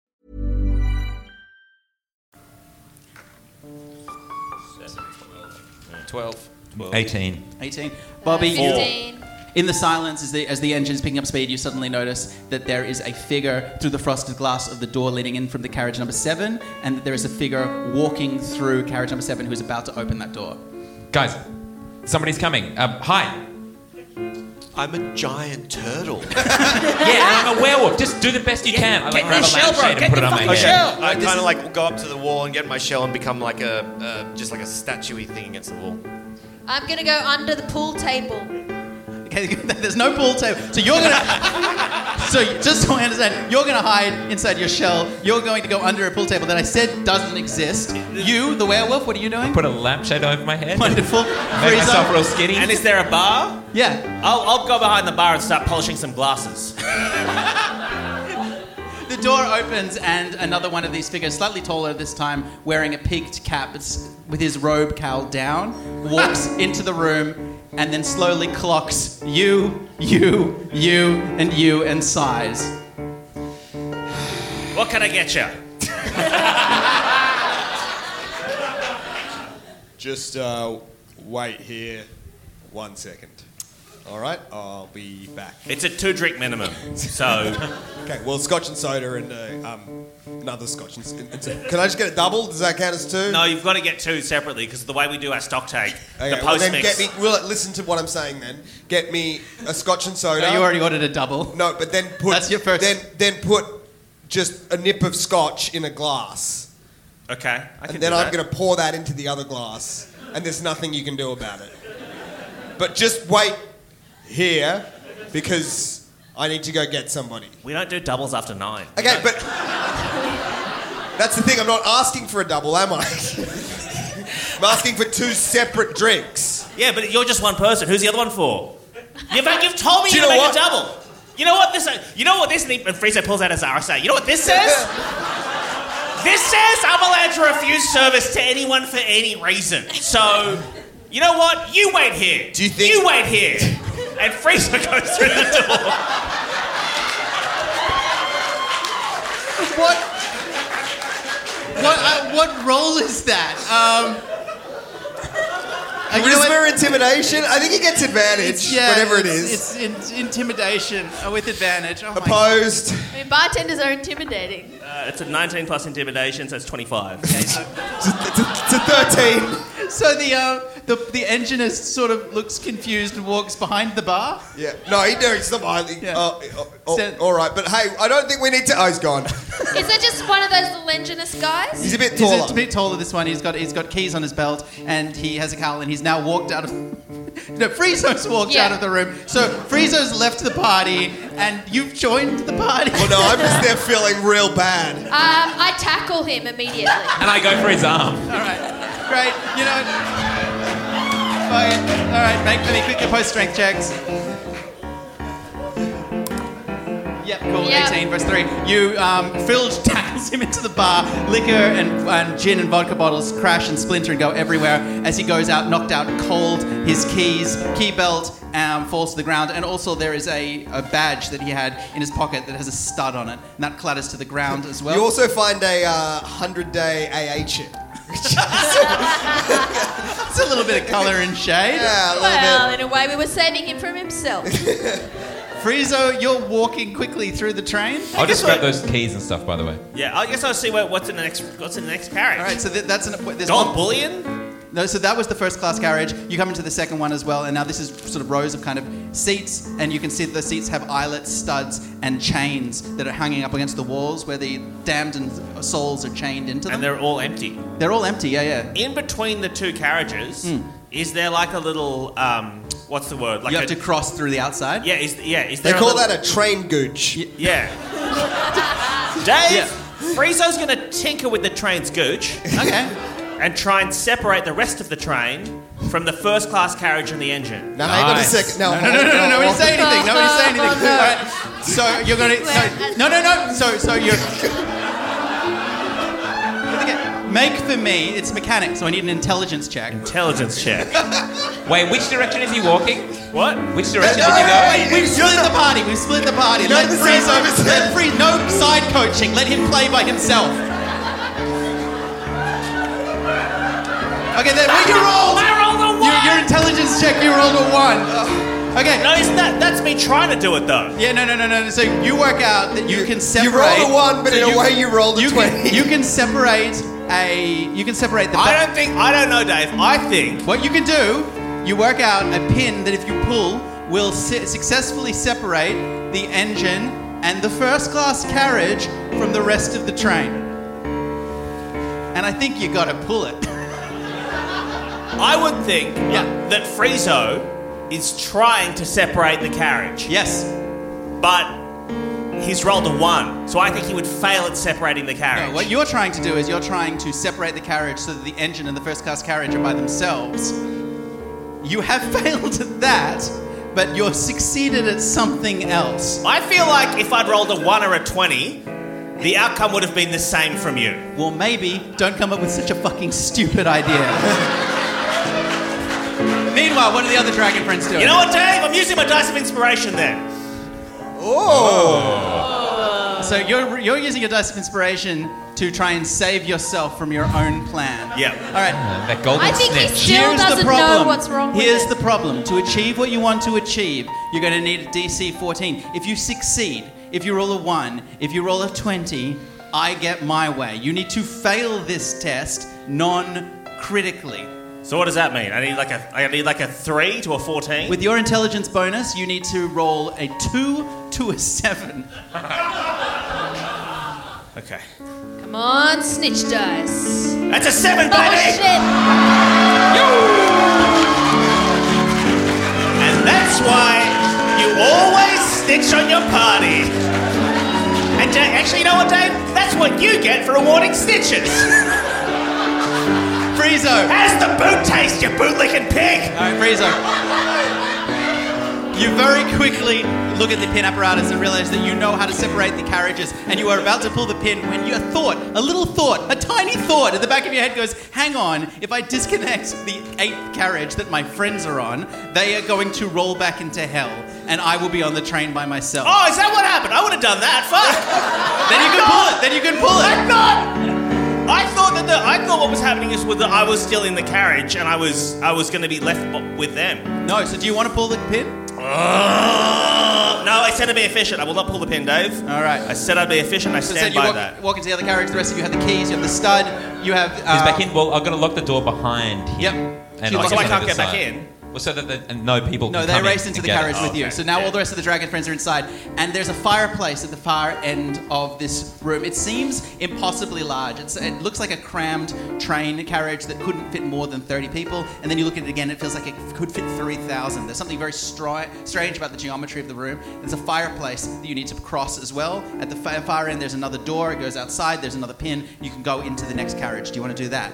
[SPEAKER 6] Twelve.
[SPEAKER 9] 18.
[SPEAKER 1] 18. Bobby, you-
[SPEAKER 3] 16.
[SPEAKER 1] in the silence as the, as the engine's picking up speed, you suddenly notice that there is a figure through the frosted glass of the door leading in from the carriage number seven, and that there is a figure walking through carriage number seven who is about to open that door.
[SPEAKER 9] Guys, somebody's coming. Um, hi.
[SPEAKER 6] I'm a giant turtle.
[SPEAKER 9] Yeah, and I'm a werewolf. Just do the best you can. I like grab a lampshade and put it on my head.
[SPEAKER 6] I kind of like go up to the wall and get my shell and become like a uh, just like a statuey thing against the wall.
[SPEAKER 3] I'm gonna go under the pool table.
[SPEAKER 1] Okay, there's no pool table. So you're gonna. so just so I understand, you're gonna hide inside your shell. You're going to go under a pool table that I said doesn't exist. You, the werewolf, what are you doing?
[SPEAKER 9] Put a lampshade over my head.
[SPEAKER 1] Wonderful.
[SPEAKER 9] Make
[SPEAKER 1] Freeze
[SPEAKER 9] myself
[SPEAKER 1] up.
[SPEAKER 9] real skinny.
[SPEAKER 11] And is there a bar?
[SPEAKER 1] Yeah.
[SPEAKER 11] I'll, I'll go behind the bar and start polishing some glasses.
[SPEAKER 1] The door opens, and another one of these figures, slightly taller this time, wearing a peaked cap it's- with his robe cowl down, walks into the room and then slowly clocks you, you, you, and you, and sighs.
[SPEAKER 11] What can I get you?
[SPEAKER 13] Just uh, wait here one second. All right, I'll be back.
[SPEAKER 11] It's a two drink minimum. So.
[SPEAKER 13] okay, well, scotch and soda and uh, um, another scotch and, and- and soda.
[SPEAKER 5] Can I just get it double? Does that count as two?
[SPEAKER 11] No, you've got to get two separately because the way we do our stock take, the
[SPEAKER 5] Okay,
[SPEAKER 11] post
[SPEAKER 5] Oh, well then
[SPEAKER 11] mix.
[SPEAKER 5] get me. Will listen to what I'm saying? Then get me a scotch and soda.
[SPEAKER 1] No, you already ordered a double.
[SPEAKER 5] No, but then put. That's your first. Then then put just a nip of scotch in a glass,
[SPEAKER 11] okay, I can
[SPEAKER 5] and then
[SPEAKER 11] do
[SPEAKER 5] I'm
[SPEAKER 11] that.
[SPEAKER 5] going to pour that into the other glass, and there's nothing you can do about it. But just wait here, because I need to go get somebody.
[SPEAKER 11] We don't do doubles after nine.
[SPEAKER 5] Okay, but that's the thing. I'm not asking for a double, am I? I'm asking for two separate drinks.
[SPEAKER 11] Yeah, but you're just one person. Who's the other one for? You've, you've told me
[SPEAKER 5] Do you
[SPEAKER 11] you are
[SPEAKER 5] know
[SPEAKER 11] make
[SPEAKER 5] what?
[SPEAKER 11] a double. You know what this? uh, You know what this? And Frieza pulls out his RSA. You know what this says? this says I'm allowed to refuse service to anyone for any reason. So, you know what? You wait here. Do you think? You wait here. And Frieza goes through the door.
[SPEAKER 1] What? What? Uh, what role is that? Um,
[SPEAKER 5] Whisper intimidation? I think he gets advantage, whatever it is.
[SPEAKER 1] it's- It's in- intimidation uh, with advantage. Oh my-
[SPEAKER 5] Opposed.
[SPEAKER 3] I mean, bartenders are intimidating.
[SPEAKER 11] Uh, it's a 19 plus intimidation, so it's 25.
[SPEAKER 5] It's a 13.
[SPEAKER 1] So the uh, the, the engineist sort of looks confused and walks behind the bar.
[SPEAKER 5] Yeah. No, he no, he's not behind. the-
[SPEAKER 1] Yeah.
[SPEAKER 5] uh, uh, oh, all right, but hey, I don't think we need to. Oh, he's gone.
[SPEAKER 3] Is that just one of those little enginous guys?
[SPEAKER 5] He's a bit
[SPEAKER 1] He's
[SPEAKER 5] taller.
[SPEAKER 1] a bit taller. This one. He's got he's got keys on his belt, and he has a cowl, and he's now walked out of. no, Friezo's walked
[SPEAKER 3] Yeah.
[SPEAKER 1] out of the room. So Friezo's left the party, and you've joined the party. Well,
[SPEAKER 5] Oh, no, I'm just there feeling real bad.
[SPEAKER 3] Um, I tackle him immediately.
[SPEAKER 9] And I go for his arm.
[SPEAKER 1] Great. You know. Fine. All right. Make me quick your post strength checks. Yep, cool.
[SPEAKER 3] Yep.
[SPEAKER 1] 18 verse 3. You, um, Phil tackles him into the bar. Liquor and, and gin and vodka bottles crash and splinter and go everywhere as he goes out, knocked out cold. His keys, key belt, um, falls to the ground. And also, there is a, a badge that he had in his pocket that has a stud on it. And that clatters to the ground as well.
[SPEAKER 5] you also find a uh, hundred-day AA chip.
[SPEAKER 1] It's a little bit of colour and shade.
[SPEAKER 3] well, in a way, we were saving him from himself.
[SPEAKER 1] Friezo, you're walking quickly through the train.
[SPEAKER 9] I'll just grab those keys and stuff, by the way.
[SPEAKER 1] Yeah, I guess I'll see where, what's in the next what's in the next carriage. All right, so th- that's an there's
[SPEAKER 8] Don
[SPEAKER 1] one-
[SPEAKER 8] Bullion?
[SPEAKER 1] No, so that was the first class carriage. You come into the second one as well, and now this is sort of rows of kind of seats, and you can see that the seats have eyelets, studs, and chains that are hanging up against the walls where the damned and souls are chained into them.
[SPEAKER 11] And they're all empty.
[SPEAKER 1] They're all empty. Yeah, yeah.
[SPEAKER 11] In between the two carriages,
[SPEAKER 1] Mm.
[SPEAKER 11] is there like a little um, what's the word? Like
[SPEAKER 1] you
[SPEAKER 11] a,
[SPEAKER 1] have to cross through the outside.
[SPEAKER 11] Yeah, is yeah, is
[SPEAKER 5] They
[SPEAKER 11] there
[SPEAKER 5] call
[SPEAKER 11] a little,
[SPEAKER 5] that a train gooch.
[SPEAKER 11] Yeah. Dave, Friezo's gonna tinker with the train's gooch.
[SPEAKER 1] Okay.
[SPEAKER 11] And try and separate the rest of the train from the first class carriage and the engine.
[SPEAKER 5] Now, hang on a second. No,
[SPEAKER 1] No, no, no, no, nobody say anything. Nobody say anything. All right. So you're gonna. So, no, no, no. So, so you're. Make for me. It's mechanics, so I need an intelligence check.
[SPEAKER 11] Intelligence check.
[SPEAKER 9] Wait, which direction is he walking?
[SPEAKER 11] What?
[SPEAKER 9] Which direction did
[SPEAKER 1] No,
[SPEAKER 9] you
[SPEAKER 1] no,
[SPEAKER 9] go?
[SPEAKER 1] wait, We've split the party. We've split the party.
[SPEAKER 9] No,
[SPEAKER 1] Let
[SPEAKER 9] this is-
[SPEAKER 1] Freeze over. Let Freeze. No side coaching. Let him play by himself. Okay, then what you rolled?
[SPEAKER 11] I rolled a
[SPEAKER 1] Your, your intelligence check. You rolled a one. Okay.
[SPEAKER 11] No, isn't that that's me trying to do it though?
[SPEAKER 1] Yeah, no, no, no, no. So you work out that you, can separate.
[SPEAKER 5] rolled a one, but
[SPEAKER 1] so
[SPEAKER 5] in a way you rolled a
[SPEAKER 1] you Can,
[SPEAKER 5] 20.
[SPEAKER 1] you can separate a. You can separate the.
[SPEAKER 11] I don't think. I don't know, Dave. I think.
[SPEAKER 1] What you can do, you work out a pin that if you pull will si- successfully separate the engine and the first class carriage from the rest of the train. And I think you got to pull it.
[SPEAKER 11] I would think that Friezo is trying to separate the carriage.
[SPEAKER 1] Yes.
[SPEAKER 11] But he's rolled a one, so I think he would fail at separating the carriage.
[SPEAKER 1] What you're trying to do is you're trying to separate the carriage so that the engine and the first class carriage are by themselves. You have failed at that, but you're succeeded at something else.
[SPEAKER 11] I feel like if I'd rolled a one or a twenty, the outcome would have been the same from you.
[SPEAKER 1] Well, maybe don't come up with such a fucking stupid idea. Meanwhile, what are the other dragon friends doing?
[SPEAKER 11] You know what, Dave? I'm using my dice of inspiration there.
[SPEAKER 1] Oh. So you're you're using your dice of inspiration to try and save yourself from your own plan.
[SPEAKER 11] Yeah.
[SPEAKER 1] All right.
[SPEAKER 9] Uh, That
[SPEAKER 3] golden I think he snitch. still doesn't know what's wrong with
[SPEAKER 1] Here's
[SPEAKER 3] it.
[SPEAKER 1] the problem. To achieve what you want to achieve, you're going to need a DC 14. If you succeed, if you roll a 1, if you roll a 20, I get my way. You need to fail this test non-critically.
[SPEAKER 11] So what does that mean? I need like a I need like a three to a fourteen.
[SPEAKER 1] With your intelligence bonus, you need to roll a 2 to a 7.
[SPEAKER 11] okay.
[SPEAKER 3] Come on, snitch dice.
[SPEAKER 11] That's a seven,
[SPEAKER 3] oh,
[SPEAKER 11] baby! And that's why you always snitch on your party. And Da- actually, you know what, Dave? That's what you get for awarding snitches.
[SPEAKER 1] Friezo!
[SPEAKER 11] How's the boot taste, you bootlicking pig?
[SPEAKER 1] All right, Friezo. You very quickly look at the pin apparatus and realize that you know how to separate the carriages, and you are about to pull the pin when your thought, a little thought, a tiny thought at the back of your head goes, Hang on, if I disconnect the eighth carriage that my friends are on, they are going to roll back into hell, and I will be on the train by myself.
[SPEAKER 11] Oh, is that what happened? I would have done that. Fuck.
[SPEAKER 1] then you can pull it. Then you can pull it.
[SPEAKER 11] I'm not. I thought that the, I thought what was happening is with the, I was still in the carriage and I was I was going to be left b- with them.
[SPEAKER 1] No. So do you want to pull the pin?
[SPEAKER 11] no, I said I'd be efficient. I will not pull the pin, Dave.
[SPEAKER 1] All right.
[SPEAKER 11] I said I'd be efficient. I
[SPEAKER 1] So
[SPEAKER 11] stand
[SPEAKER 1] you
[SPEAKER 11] by
[SPEAKER 1] walk,
[SPEAKER 11] that.
[SPEAKER 1] walk into the other carriage, the rest of you have the keys, you have the stud, you have.
[SPEAKER 9] He's
[SPEAKER 1] uh,
[SPEAKER 9] back in. Well, I've got to lock the door behind him.
[SPEAKER 1] Yep.
[SPEAKER 9] and
[SPEAKER 11] So
[SPEAKER 9] I
[SPEAKER 11] "Oh, I
[SPEAKER 9] get to
[SPEAKER 11] can't
[SPEAKER 9] the
[SPEAKER 11] get back
[SPEAKER 9] side.
[SPEAKER 11] in?
[SPEAKER 9] Well, so that the, and no people.
[SPEAKER 1] No,
[SPEAKER 9] can
[SPEAKER 1] they
[SPEAKER 9] come in Oh,
[SPEAKER 1] race into
[SPEAKER 9] and
[SPEAKER 1] the
[SPEAKER 9] get it.
[SPEAKER 1] carriage with you. So now all the rest of the dragon friends are inside, and there's a fireplace at the far end of this room. It seems impossibly large. It's, it looks like a crammed train carriage that couldn't fit more than 30 people. And then you look at it again, it feels like it could fit 3,000. There's something very stri- strange about the geometry of the room. There's a fireplace that you need to cross as well. At the fa- far end, there's another door. It goes outside. There's another pin. You can go into the next carriage. Do you want to do that?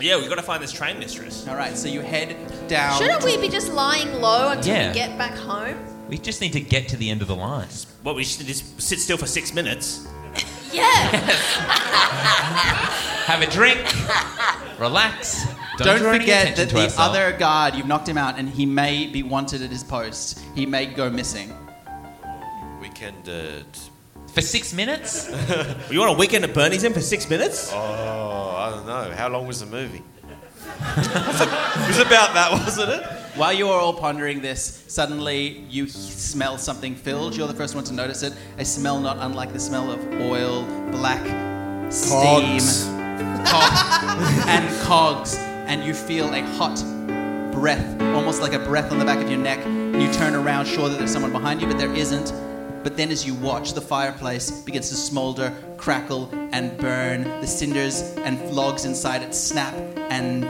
[SPEAKER 11] Yeah, we've got to find this train mistress.
[SPEAKER 1] All right. So you head down.
[SPEAKER 3] Shouldn't we be just lying low until
[SPEAKER 9] Yeah.
[SPEAKER 3] we get back home?
[SPEAKER 9] We just need to get to the end of the line.
[SPEAKER 11] What we should just sit still for six minutes.
[SPEAKER 9] Have a drink. Relax.
[SPEAKER 1] Don't,
[SPEAKER 9] draw any
[SPEAKER 1] forget
[SPEAKER 9] attention
[SPEAKER 1] that
[SPEAKER 9] to
[SPEAKER 1] the
[SPEAKER 9] ourselves.
[SPEAKER 1] other guard, you've knocked him out, and he may be wanted at his post. He may go missing.
[SPEAKER 6] Weekend at
[SPEAKER 9] For six minutes?
[SPEAKER 11] you want a weekend at Bernie's in for six minutes?
[SPEAKER 6] Oh, I don't know. How long was the movie? it was about that, wasn't it?
[SPEAKER 1] While you are all pondering this, suddenly you smell something filled. You're the first one to notice it. A smell not unlike the smell of oil, black steam,
[SPEAKER 4] Cogs.
[SPEAKER 1] cog- and cogs, and you feel a hot breath, almost like a breath on the back of your neck. You turn around, sure that there's someone behind you, but there isn't. But then, as you watch, the fireplace begins to smolder, crackle, and burn. The cinders and logs inside it snap, and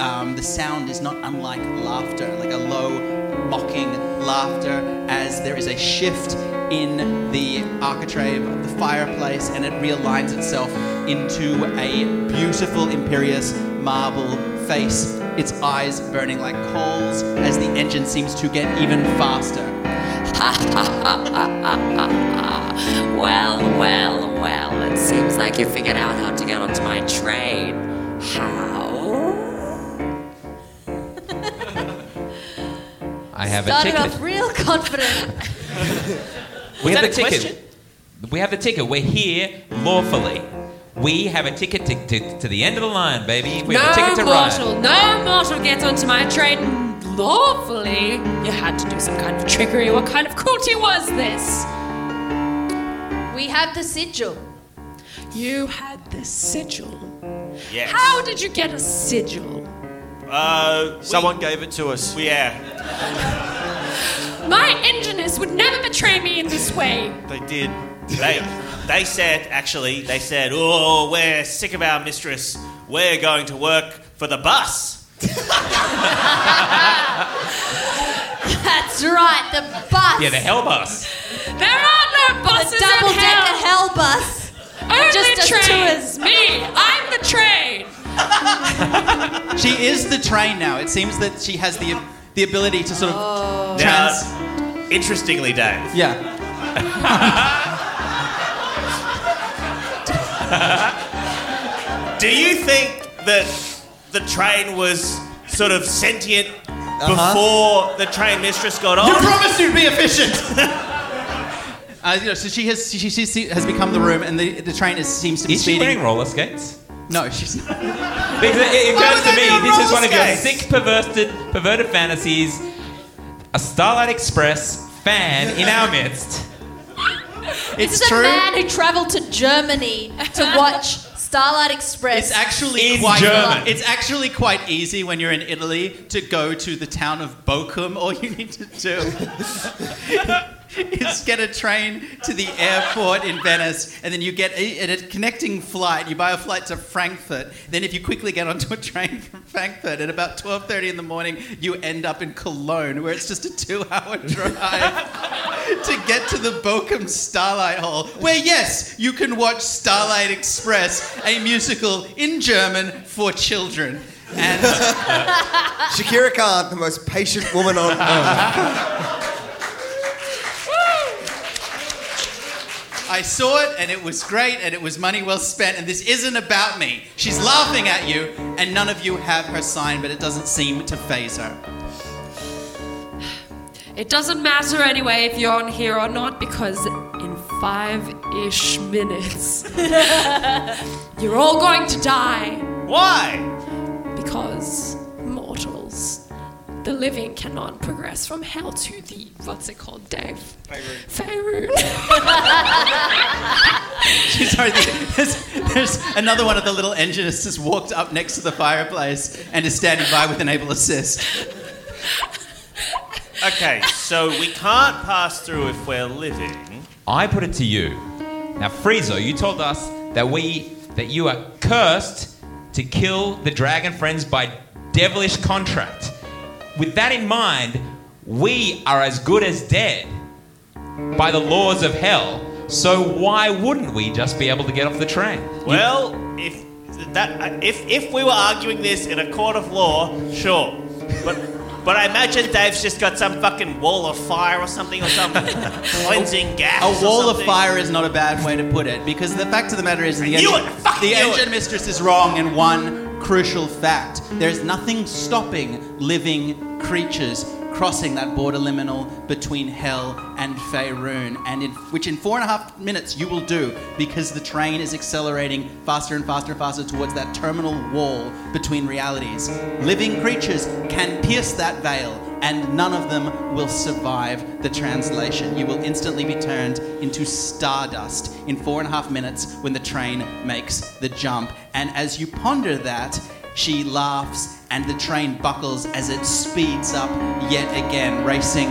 [SPEAKER 1] um, the sound is not unlike laughter, like a low, mocking laughter, as there is a shift in the architrave of the fireplace and it realigns itself into a beautiful, imperious marble face, its eyes burning like coals as the engine seems to get even faster.
[SPEAKER 7] well, well, well, it seems like you figured out how to get onto my train. How?
[SPEAKER 9] I have a
[SPEAKER 3] Started
[SPEAKER 9] ticket.
[SPEAKER 3] off real confident.
[SPEAKER 9] We
[SPEAKER 3] Was that
[SPEAKER 9] have a
[SPEAKER 3] a
[SPEAKER 9] ticket.
[SPEAKER 3] question?
[SPEAKER 9] We have a ticket. We're here lawfully. We have a ticket to, to, to the end of the line, baby. We have a ticket to
[SPEAKER 7] mortal,
[SPEAKER 9] ride.
[SPEAKER 7] no mortal gets onto my train lawfully. You had to do some kind of trickery. What kind of cruelty was this?
[SPEAKER 3] we have the sigil.
[SPEAKER 7] You had the sigil.
[SPEAKER 11] Yes.
[SPEAKER 7] How did you get a sigil?
[SPEAKER 11] Uh,
[SPEAKER 6] Someone gave it to us.
[SPEAKER 11] Yeah.
[SPEAKER 7] My engineers would never betray me in this way.
[SPEAKER 11] They did. They, they said, actually, they said, oh, we're sick of our mistress. We're going to work for the bus.
[SPEAKER 3] That's right, the bus.
[SPEAKER 9] Yeah, the hell bus.
[SPEAKER 7] There are no buses
[SPEAKER 3] the double
[SPEAKER 7] in hell.
[SPEAKER 3] decker hell bus.
[SPEAKER 7] Only
[SPEAKER 3] Just does
[SPEAKER 7] trains.
[SPEAKER 3] tours.
[SPEAKER 7] Me, I'm the train.
[SPEAKER 1] She is the train now. It seems that she has the the ability to sort of
[SPEAKER 11] Now,
[SPEAKER 1] trans.
[SPEAKER 11] interestingly, Dave.
[SPEAKER 1] Yeah.
[SPEAKER 11] Do you think that the train was sort of sentient before the train mistress got on?
[SPEAKER 1] Uh-huh. You promised you'd be efficient. Uh, you know, so she has she, she, she has become the room, and the, the train is, seems to be
[SPEAKER 9] Is she
[SPEAKER 1] speeding.
[SPEAKER 9] wearing roller skates?
[SPEAKER 1] No, she's not.
[SPEAKER 9] Because it, it
[SPEAKER 1] Why
[SPEAKER 9] occurs
[SPEAKER 1] would
[SPEAKER 9] to
[SPEAKER 1] they be on
[SPEAKER 9] me, this is
[SPEAKER 1] roller
[SPEAKER 9] one of your
[SPEAKER 1] skates?
[SPEAKER 9] sick, perverted, perverted fantasies. A Starlight Express fan in our midst.
[SPEAKER 3] This is a man who travelled to Germany to watch Starlight Express.
[SPEAKER 1] It's actually
[SPEAKER 3] In
[SPEAKER 1] quite
[SPEAKER 3] German.
[SPEAKER 1] it's actually quite easy when you're in Italy to go to the town of Bochum. All you need to do is get a train to the airport in Venice, and then you get a, at a connecting flight. You buy a flight to Frankfurt. Then, if you quickly get onto a train from Frankfurt at about 12:30 in the morning, you end up in Cologne, where it's just a two-hour drive to get to the Bochum Starlight Hall, where yes, you can watch Starlight Express, a musical in German for children.
[SPEAKER 5] Shakira Khan, the most patient woman on earth.
[SPEAKER 1] I saw it and it was great and it was money well spent and this isn't about me. She's laughing at you and none of you have her sign, but it doesn't seem to phase her.
[SPEAKER 7] It doesn't matter anyway if you're on here or not because in five ish minutes, you're all going to die.
[SPEAKER 11] Why?
[SPEAKER 7] Because mortals, the living cannot progress from hell to the, what's it called, Dave? Faerun.
[SPEAKER 1] She's Sorry, there's, there's another one of the little enginists has walked up next to the fireplace and is standing by with an able assist.
[SPEAKER 11] Okay, so we can't pass through if we're living.
[SPEAKER 9] I put it to you. Now, Friezo, you told us that we that you are cursed to kill the dragon friends by devilish contract. With that in mind, we are as good as dead by the laws of hell. So why wouldn't we just be able to get off the train?
[SPEAKER 11] Well, if that if if we were arguing this in a court of law, sure. But but I imagine Dave's just got some fucking wall of fire or something or some cleansing gas.
[SPEAKER 1] A
[SPEAKER 11] or
[SPEAKER 1] wall of
[SPEAKER 11] something.
[SPEAKER 1] fire is not a bad way to put it because the fact of the matter is the,
[SPEAKER 11] knew
[SPEAKER 1] engine,
[SPEAKER 11] it! I fucking
[SPEAKER 1] the
[SPEAKER 11] knew
[SPEAKER 1] engine mistress is wrong in one crucial fact. There is nothing stopping living creatures crossing that border liminal between hell and Faerun, and in, which in four and a half minutes you will do because the train is accelerating faster and faster and faster towards that terminal wall between realities. Living creatures can pierce that veil and none of them will survive the translation. You will instantly be turned into stardust in four and a half minutes when the train makes the jump. And as you ponder that, she laughs and the train buckles as it speeds up yet again, racing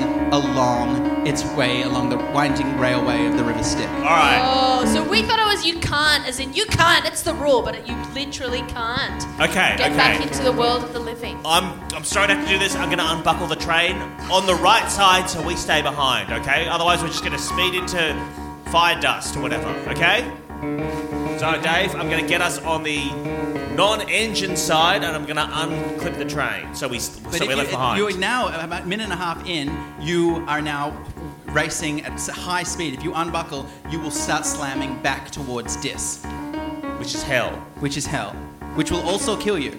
[SPEAKER 1] along its way along the winding railway of the River Styx. All
[SPEAKER 3] Oh, so we thought it was you can't, as in you can't, it's the rule, but you literally can't.
[SPEAKER 11] Okay,
[SPEAKER 3] Get
[SPEAKER 11] okay.
[SPEAKER 3] back into the world of the living.
[SPEAKER 11] I'm I'm sorry to have to do this. I'm going to unbuckle the train on the right side so we stay behind, okay? Otherwise, we're just going to speed into fire dust or whatever, okay? So, Dave, I'm going to get us on the non-engine side, and I'm going to unclip the train so we so
[SPEAKER 1] But
[SPEAKER 11] we're
[SPEAKER 1] if
[SPEAKER 11] left
[SPEAKER 1] you,
[SPEAKER 11] behind.
[SPEAKER 1] You're now about a minute and a half in. You are now racing at s- high speed. If you unbuckle, you will start slamming back towards Dis,
[SPEAKER 11] which is hell.
[SPEAKER 1] Which is hell. Which will also kill you.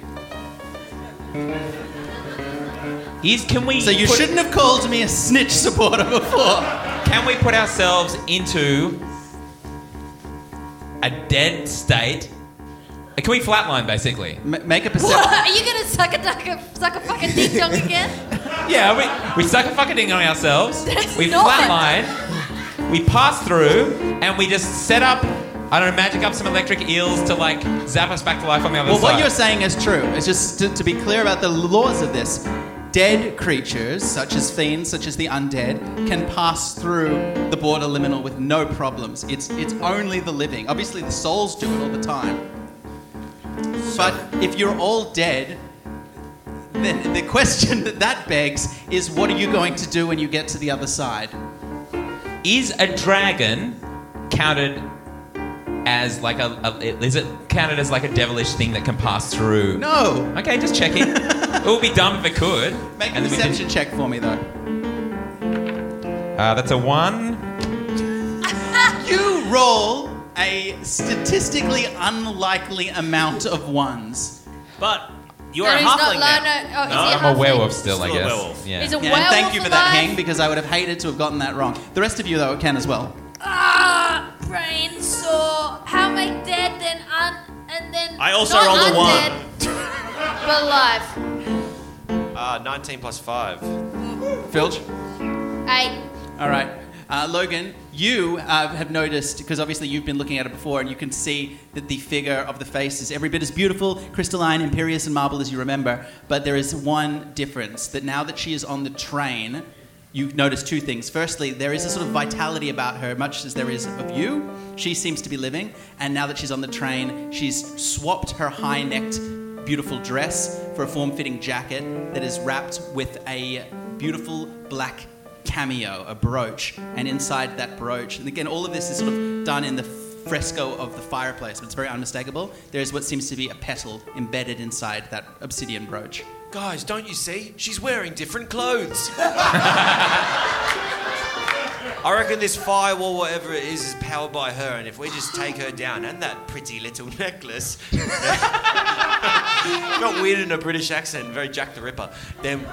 [SPEAKER 9] Is can we?
[SPEAKER 1] So you
[SPEAKER 9] put-
[SPEAKER 1] shouldn't have called me a snitch supporter before.
[SPEAKER 9] Can we put ourselves into a dead state? Can we flatline basically?
[SPEAKER 1] make a
[SPEAKER 3] What? Are you gonna suck a duck a, suck a fucking ding dong again?
[SPEAKER 9] Yeah, we, we suck a fucking ding on ourselves.
[SPEAKER 3] That's
[SPEAKER 9] we
[SPEAKER 3] not-
[SPEAKER 9] flatline. We pass through, and we just set up. I don't know, magic up some electric eels to like zap us back to life on the other
[SPEAKER 1] Well,
[SPEAKER 9] side.
[SPEAKER 1] what you're saying is true. It's just to, to be clear about the laws of this. Dead creatures, such as fiends, such as the undead, can pass through the border liminal with no problems. It's it's only the living. Obviously, the souls do it all the time. But if you're all dead, then the question that that begs is, what are you going to do when you get to the other side?
[SPEAKER 9] Is a dragon counted as like a, a- Is it counted as like a devilish thing that can pass through?
[SPEAKER 1] No.
[SPEAKER 9] Okay, just checking. it would be dumb if it could.
[SPEAKER 1] Make a
[SPEAKER 9] And we didn't-
[SPEAKER 1] perception check for me, though.
[SPEAKER 9] Uh, that's a one.
[SPEAKER 1] you roll a statistically unlikely amount of ones.
[SPEAKER 11] But
[SPEAKER 3] you're No, a he's not halfling allowed now. to- oh, is he a
[SPEAKER 9] I'm a werewolf still, I
[SPEAKER 1] Still a
[SPEAKER 9] guess.
[SPEAKER 1] werewolf.
[SPEAKER 9] Yeah.
[SPEAKER 3] He's a
[SPEAKER 1] And
[SPEAKER 3] werewolf
[SPEAKER 1] thank you for that,
[SPEAKER 3] alive?
[SPEAKER 1] Hing, because I would have hated to have gotten that wrong. The rest of you, though, can as well.
[SPEAKER 3] Ah, brain sore. How am I dead then? Un- and then
[SPEAKER 1] I also
[SPEAKER 3] not
[SPEAKER 1] rolled a
[SPEAKER 3] undead, But alive.
[SPEAKER 6] Uh, 19 plus 5.
[SPEAKER 1] Filch?
[SPEAKER 3] Eight.
[SPEAKER 1] All right. Uh, Logan, you uh, have noticed, because obviously you've been looking at it before, and you can see that the figure of the face is every bit as beautiful, crystalline, imperious, and marble as you remember. But there is one difference that now that she is on the train, you notice two things. Firstly, there is a sort of vitality about her, much as there is of you. She seems to be living, and now that she's on the train, she's swapped her high necked, beautiful dress for a form fitting jacket that is wrapped with a beautiful black cameo, a brooch, and inside that brooch, and again, all of this is sort of done in the fresco of the fireplace, but it's very unmistakable. There is what seems to be a petal embedded inside that obsidian brooch.
[SPEAKER 6] Guys, don't you see? She's wearing different clothes. I reckon this firewall, whatever it is, is powered by her, and if we just take her down and that pretty little necklace. not weird in a British accent, very Jack the Ripper. Then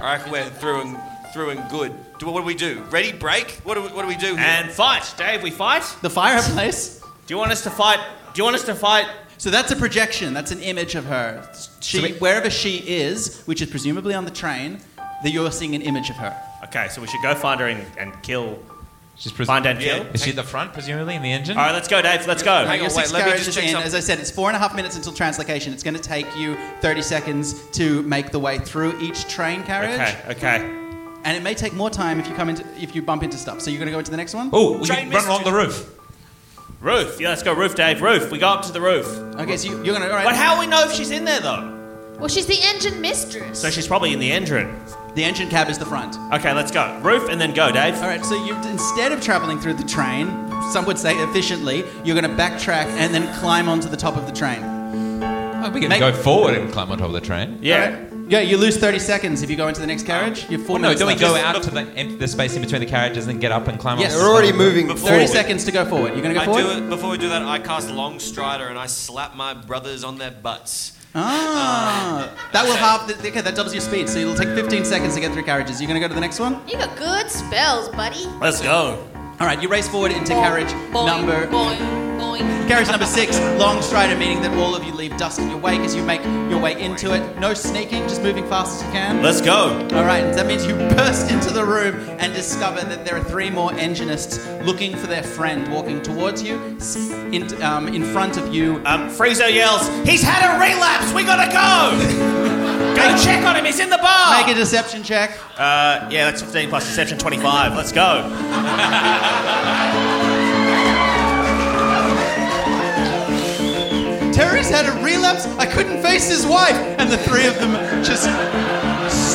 [SPEAKER 6] I reckon we're through and, through and good. Do, what do we do? Ready, break? What do we, what do, we do here?
[SPEAKER 11] And fight, Dave. We fight.
[SPEAKER 1] The fireplace.
[SPEAKER 11] Do you want us to fight? Do you want us to fight?
[SPEAKER 1] So that's a projection. That's an image of her. She,
[SPEAKER 11] So we-
[SPEAKER 1] wherever she is, which is presumably on the train, that you're seeing an image of her.
[SPEAKER 11] Okay, so we should go find her and, and kill
[SPEAKER 9] She's pres-
[SPEAKER 11] Find and kill?
[SPEAKER 9] Is she at the front, presumably, in the engine?
[SPEAKER 11] All right, let's go, Dave. Let's go.
[SPEAKER 1] Hang on, wait, let me just check in. As I said, it's four and a half minutes until translocation. It's going to take you 30 seconds to make the way through each train carriage.
[SPEAKER 11] Okay, okay.
[SPEAKER 1] And it may take more time if you come into if you bump into stuff. So you're going to go into the next one.
[SPEAKER 9] Oh, we Train can run along
[SPEAKER 11] the
[SPEAKER 9] roof.
[SPEAKER 11] Roof. Yeah, let's go roof, Dave. Roof. We go up to the roof.
[SPEAKER 1] Okay, so you, you're gonna. All right.
[SPEAKER 11] But how we know if she's in there though?
[SPEAKER 3] Well, she's the engine mistress.
[SPEAKER 11] So she's probably in the engine.
[SPEAKER 1] The engine cab is the front.
[SPEAKER 11] Okay, let's go. Roof and then go, Dave.
[SPEAKER 1] All right, so you instead of traveling through the train, some would say efficiently, you're going to backtrack and then climb onto the top of the train. Oh,
[SPEAKER 9] We can go forward and climb on top of the train.
[SPEAKER 1] Yeah. Yeah, you lose 30 seconds if you go into the next carriage. You're
[SPEAKER 11] Oh,
[SPEAKER 1] four
[SPEAKER 9] Well, Oh, no,
[SPEAKER 1] minutes
[SPEAKER 9] don't we
[SPEAKER 1] left.
[SPEAKER 9] go out to the, em- the space in between the carriages and get up and climb
[SPEAKER 1] Yes.
[SPEAKER 9] up?
[SPEAKER 1] They're already moving
[SPEAKER 6] 30
[SPEAKER 1] seconds to go forward. You're going to go
[SPEAKER 6] I
[SPEAKER 1] forward?
[SPEAKER 6] Do it, before we do that, I cast Long Strider and I slap my brothers on their butts.
[SPEAKER 1] Ah, that will half. The, okay, that doubles your speed, so it'll take 15 seconds to get through carriages. You're gonna go to the next one.
[SPEAKER 3] You got good spells, buddy.
[SPEAKER 11] Let's go.
[SPEAKER 1] All right, you race forward into carriage
[SPEAKER 3] Boing,
[SPEAKER 1] number
[SPEAKER 3] boing, boing.
[SPEAKER 1] carriage number six, long strider, meaning that all of you leave dust in your wake as you make your way into it. No sneaking, just moving fast as you can.
[SPEAKER 11] Let's go.
[SPEAKER 1] All right, that means you burst into the room and discover that there are three more enginists looking for their friend, walking towards you, s- in, um, in front of you.
[SPEAKER 11] Um, Friezo yells, "He's had a relapse. We gotta go. go check on him. He's in the bar."
[SPEAKER 1] Make a deception check.
[SPEAKER 11] Uh, yeah, that's 15 plus deception, 25. Let's go.
[SPEAKER 1] Terry's had a relapse. I couldn't face his wife. And the three of them just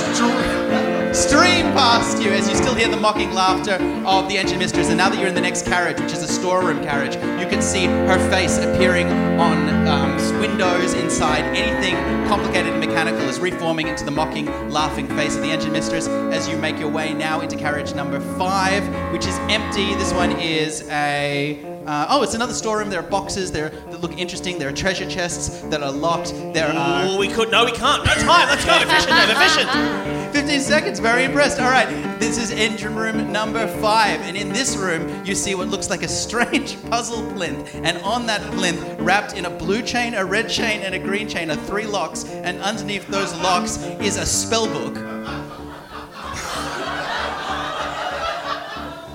[SPEAKER 1] stre- stream past you as you still hear the mocking laughter of the engine mistress. And now that you're in the next carriage, which is a storeroom carriage, you can see her face appearing on um, windows inside. Anything complicated and mechanical is reforming into the mocking, laughing face of the engine mistress as you make your way now into carriage number five, which is empty. This one is a. Uh, oh, it's another storeroom. There are boxes there that look interesting. There are treasure chests that are locked. There are.
[SPEAKER 11] Oh, we could. No, we can't. No time. Let's go. Efficient, Dave. Efficient.
[SPEAKER 1] 15 seconds, very impressed. All right, this is engine room number five. And in this room, you see what looks like a strange puzzle plinth. And on that plinth, wrapped in a blue chain, a red chain, and a green chain, are three locks. And underneath those locks is a spell book.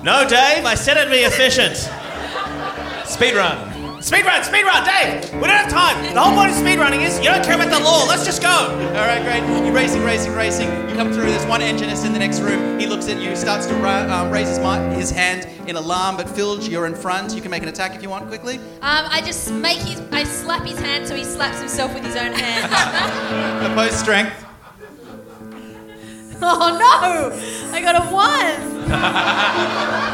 [SPEAKER 11] No, Dave. I said it'd be efficient.
[SPEAKER 9] Speed run.
[SPEAKER 11] Speed run. Speed run, Dave. We don't have time. The whole point of speed running is you don't care about the law. Let's just go.
[SPEAKER 1] All right, great. You're racing, racing, racing. You come through. There's one engineist in the next room. He looks at you, starts to ra- um, raise his, mi- his hand in alarm. But Filge, you're in front. You can make an attack if you want quickly.
[SPEAKER 3] Um, I just make his, I slap his hand so he slaps himself with his own hand.
[SPEAKER 1] Oppose strength.
[SPEAKER 3] oh no! I got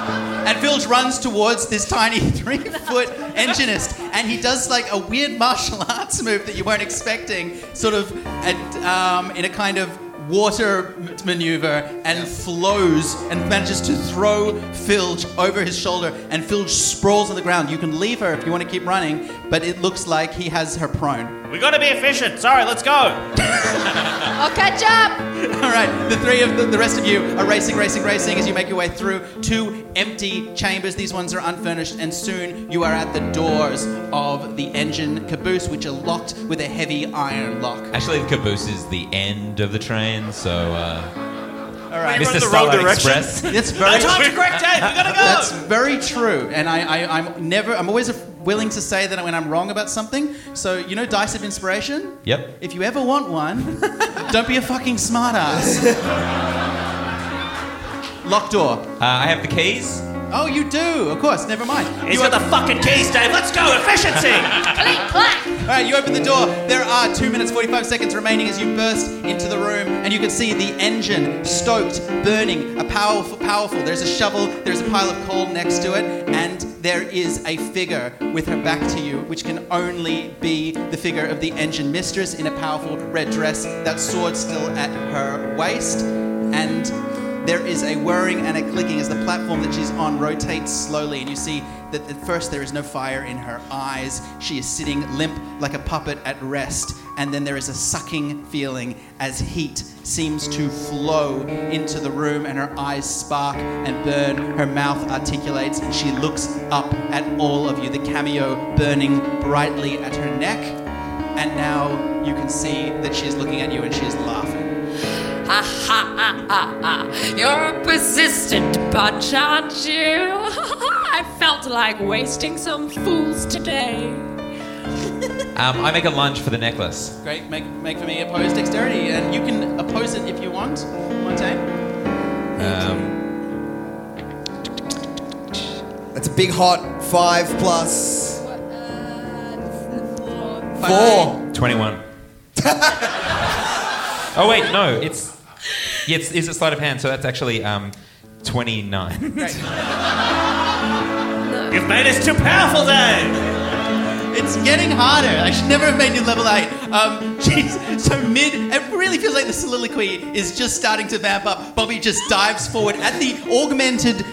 [SPEAKER 3] a one.
[SPEAKER 1] And Filge runs towards this tiny three foot enginist, and he does like a weird martial arts move that you weren't expecting, sort of at, um, in a kind of water m- maneuver, and flows and manages to throw Filge over his shoulder, and Filge sprawls on the ground. You can leave her if you want to keep running, but it looks like he has her prone.
[SPEAKER 11] We gotta be efficient. Sorry. Let's go.
[SPEAKER 3] I'll catch up.
[SPEAKER 1] All right, the three of the, the rest of you are racing, racing, racing as you make your way through two empty chambers. These ones are unfurnished, and soon you are at the doors of the engine caboose, which are locked with a heavy iron lock.
[SPEAKER 9] Actually, the caboose is the end of the train, so uh,
[SPEAKER 1] All right,
[SPEAKER 9] Mr. Starlight Express.
[SPEAKER 1] That's very
[SPEAKER 11] No time to correct, Dave. We gotta go.
[SPEAKER 1] That's very true, and I, I, I'm never. I'm always willing to say that when I'm wrong about something. So you know, dice of inspiration.
[SPEAKER 9] Yep.
[SPEAKER 1] If you ever want one, don't be a fucking smartass. Lock door.
[SPEAKER 9] Uh, I have the keys. Um,
[SPEAKER 1] Oh, you do, of course. Never mind.
[SPEAKER 11] He's
[SPEAKER 1] You
[SPEAKER 11] got the fucking keys, Dave. Let's go. Efficiency.
[SPEAKER 3] Click, clack.
[SPEAKER 1] All right, you open the door. There are two minutes, 45 seconds remaining as you burst into the room, and you can see the engine stoked, burning, a powerful, powerful. There's a shovel, there's a pile of coal next to it, and there is a figure with her back to you, which can only be the figure of the engine mistress in a powerful red dress, that sword still at her waist, and there is a whirring and a clicking as the platform that she's on rotates slowly, and you see that at first there is no fire in her eyes. She is sitting limp like a puppet at rest, and then there is a sucking feeling as heat seems to flow into the room, and her eyes spark and burn. Her mouth articulates, and she looks up at all of you, the cameo burning brightly at her neck. And now you can see that she is looking at you and she is laughing.
[SPEAKER 7] Ah, ha, ah, ah, ah. You're persistent, but aren't you? I felt like wasting some fools today.
[SPEAKER 9] Um, I make a lunge for the necklace.
[SPEAKER 1] Great, make, make for me opposed dexterity, and you can oppose it if you want, Montaigne.
[SPEAKER 9] Um,
[SPEAKER 14] That's a big hot five plus. Four.
[SPEAKER 9] 21. oh, wait, no, it's. Yeah, it's, it's a sleight of hand, so that's actually um, 29.
[SPEAKER 8] You've made us too powerful then!
[SPEAKER 1] It's getting harder. I should never have made you level 8. Um, jeez. So mid, it really feels like the soliloquy is just starting to vamp up. Bobby just dives forward at the augmented,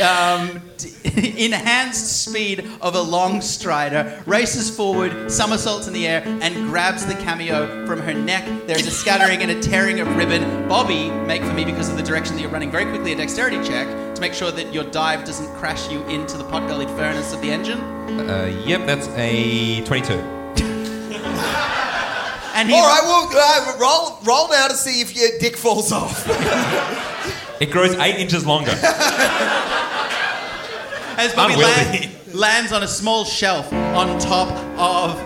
[SPEAKER 1] um, enhanced speed of a long strider, races forward, somersaults in the air, and grabs the cameo from her neck. There is a scattering and a tearing of ribbon. Bobby, make for me because of the direction that you're running very quickly a dexterity check to make sure that your dive doesn't crash you into the pot-bellied furnace of the engine.
[SPEAKER 9] Uh, yep, that's a 22.
[SPEAKER 1] And
[SPEAKER 14] All right, well, uh, roll, roll now to see if your dick falls off.
[SPEAKER 9] It grows 8 inches longer.
[SPEAKER 1] As Bobby
[SPEAKER 9] Unwieldy.
[SPEAKER 1] land- lands on a small shelf on top of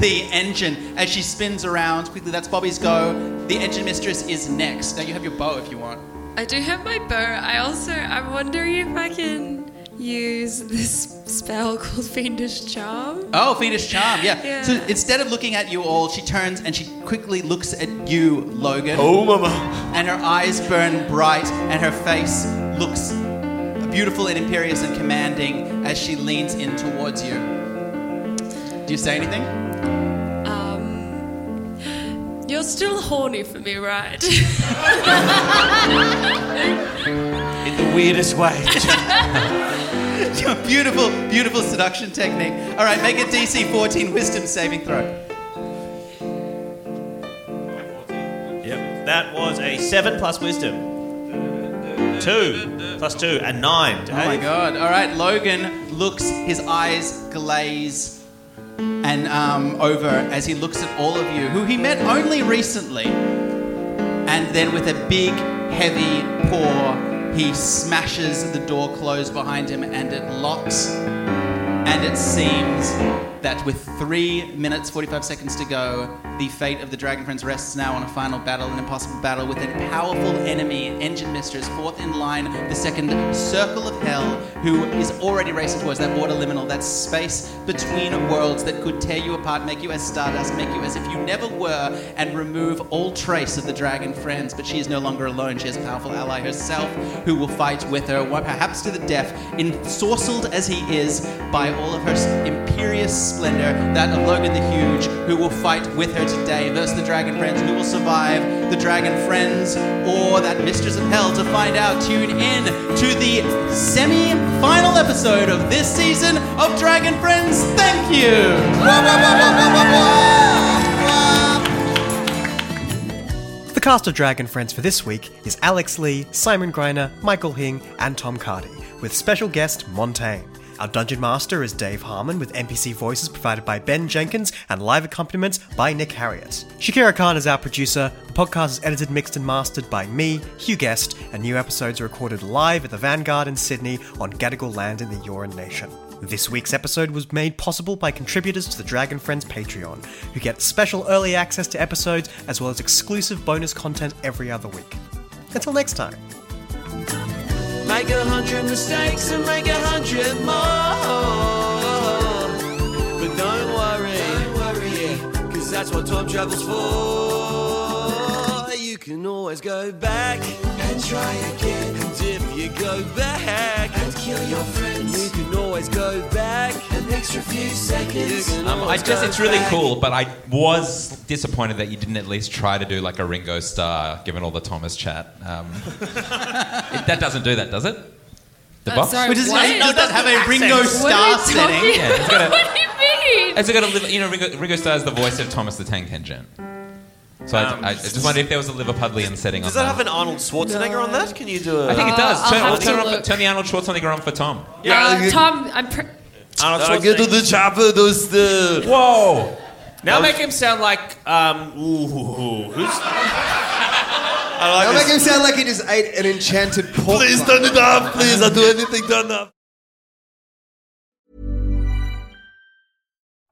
[SPEAKER 1] the engine as she spins around quickly, that's Bobby's go. The engine mistress is next. Now you have your bow if you want.
[SPEAKER 7] I do have my bow. I also, I'm wondering if I can use this spell called Fiendish Charm.
[SPEAKER 1] Oh, Fiendish Charm, yeah.
[SPEAKER 7] Yeah.
[SPEAKER 1] So instead of looking at you all, she turns and she quickly looks at you, Logan.
[SPEAKER 10] Oh, mama.
[SPEAKER 1] And her eyes burn bright, and her face looks beautiful and imperious and commanding as she leans in towards you. Do you say anything?
[SPEAKER 7] Um, you're still horny for me, right?
[SPEAKER 10] In the weirdest way.
[SPEAKER 1] Your beautiful, beautiful seduction technique. All right, make a DC 14 wisdom saving throw.
[SPEAKER 11] Yep. That was a seven plus wisdom. Two plus two and nine.
[SPEAKER 1] Oh my god. All right, Logan looks, his eyes glaze and um, over as he looks at all of you, who he met only recently. And then with a big, heavy paw, he smashes the door closed behind him and it locks. And it seems that with three minutes, 45 seconds to go, the fate of the Dragon Friends rests now on a final battle, an impossible battle with a powerful enemy, Engine Mistress, fourth in line, the second circle of hell, who is already racing towards that water liminal, that space between worlds that could tear you apart, make you as stardust, make you as if you never were, and remove all trace of the Dragon Friends. But she is no longer alone. She has a powerful ally herself who will fight with her, one- perhaps to the death, ensorcelled as he is by all of her s- imperious splendor, that of Logan the Huge, who will fight with her today versus the Dragon Friends. Who will survive the Dragon Friends or that Mistress of Hell? To find out, tune in to the semi final episode of this season of Dragon Friends. Thank you!
[SPEAKER 15] The cast of Dragon Friends for this week is Alex Lee, Simon Greiner, Michael Hing, and Tom Cardy, with special guest Montaigne. Our dungeon master is Dave Harmon, with NPC voices provided by Ben Jenkins and live accompaniments by Nick Harriott. Shakira Khan is our producer. The podcast is edited, mixed, and mastered by me, Hugh Guest, and new episodes are recorded live at the Vanguard in Sydney on Gadigal land in the Yoran Nation. This week's episode was made possible by contributors to the Dragon Friends Patreon, who get special early access to episodes as well as exclusive bonus content every other week. Until next time.
[SPEAKER 4] Make a hundred mistakes and make a hundred more. But don't worry, don't worry, cause that's what time travel's for. You can always go back and try again. And if you go back and kill your friends, you can always go back an extra few seconds. You can
[SPEAKER 9] Um, I
[SPEAKER 4] always
[SPEAKER 9] just,
[SPEAKER 4] go
[SPEAKER 9] it's really
[SPEAKER 4] back.
[SPEAKER 9] cool, but I was disappointed that you didn't at least try to do like a Ringo Starr, given all the Thomas chat. Um, it- that doesn't do that, does it? The
[SPEAKER 7] Uh,
[SPEAKER 9] box?
[SPEAKER 7] sorry,
[SPEAKER 1] Which is- what? does not have a Ringo
[SPEAKER 7] What are
[SPEAKER 1] Starr
[SPEAKER 7] we talking-
[SPEAKER 1] setting.
[SPEAKER 9] Yeah, it's got a-
[SPEAKER 7] what do you mean?
[SPEAKER 9] It's got a liver, you know, Ringo, Ringo Starr is the voice of Thomas the Tank Engine. So I-
[SPEAKER 10] Um,
[SPEAKER 9] I, I just wondered if there was a Liverpudlian setting
[SPEAKER 10] Does
[SPEAKER 9] on
[SPEAKER 10] that have an Arnold Schwarzenegger on that? Can you do a.
[SPEAKER 9] I think it does.
[SPEAKER 7] I'll
[SPEAKER 9] turn,
[SPEAKER 7] have
[SPEAKER 9] well,
[SPEAKER 7] to
[SPEAKER 9] turn it on for-
[SPEAKER 7] look.
[SPEAKER 9] turn the Arnold Schwarzenegger on for Tom.
[SPEAKER 7] Uh, Tom, I'm. Pre-
[SPEAKER 10] I'll get to the
[SPEAKER 6] chopper, those the.
[SPEAKER 9] Whoa!
[SPEAKER 8] Now make him sound like um. Ooh, who's?
[SPEAKER 6] I like
[SPEAKER 14] Now
[SPEAKER 6] this.
[SPEAKER 14] make him sound like he just ate an enchanted pork.
[SPEAKER 6] Please turn it up. Please, I'll do anything. Turn up.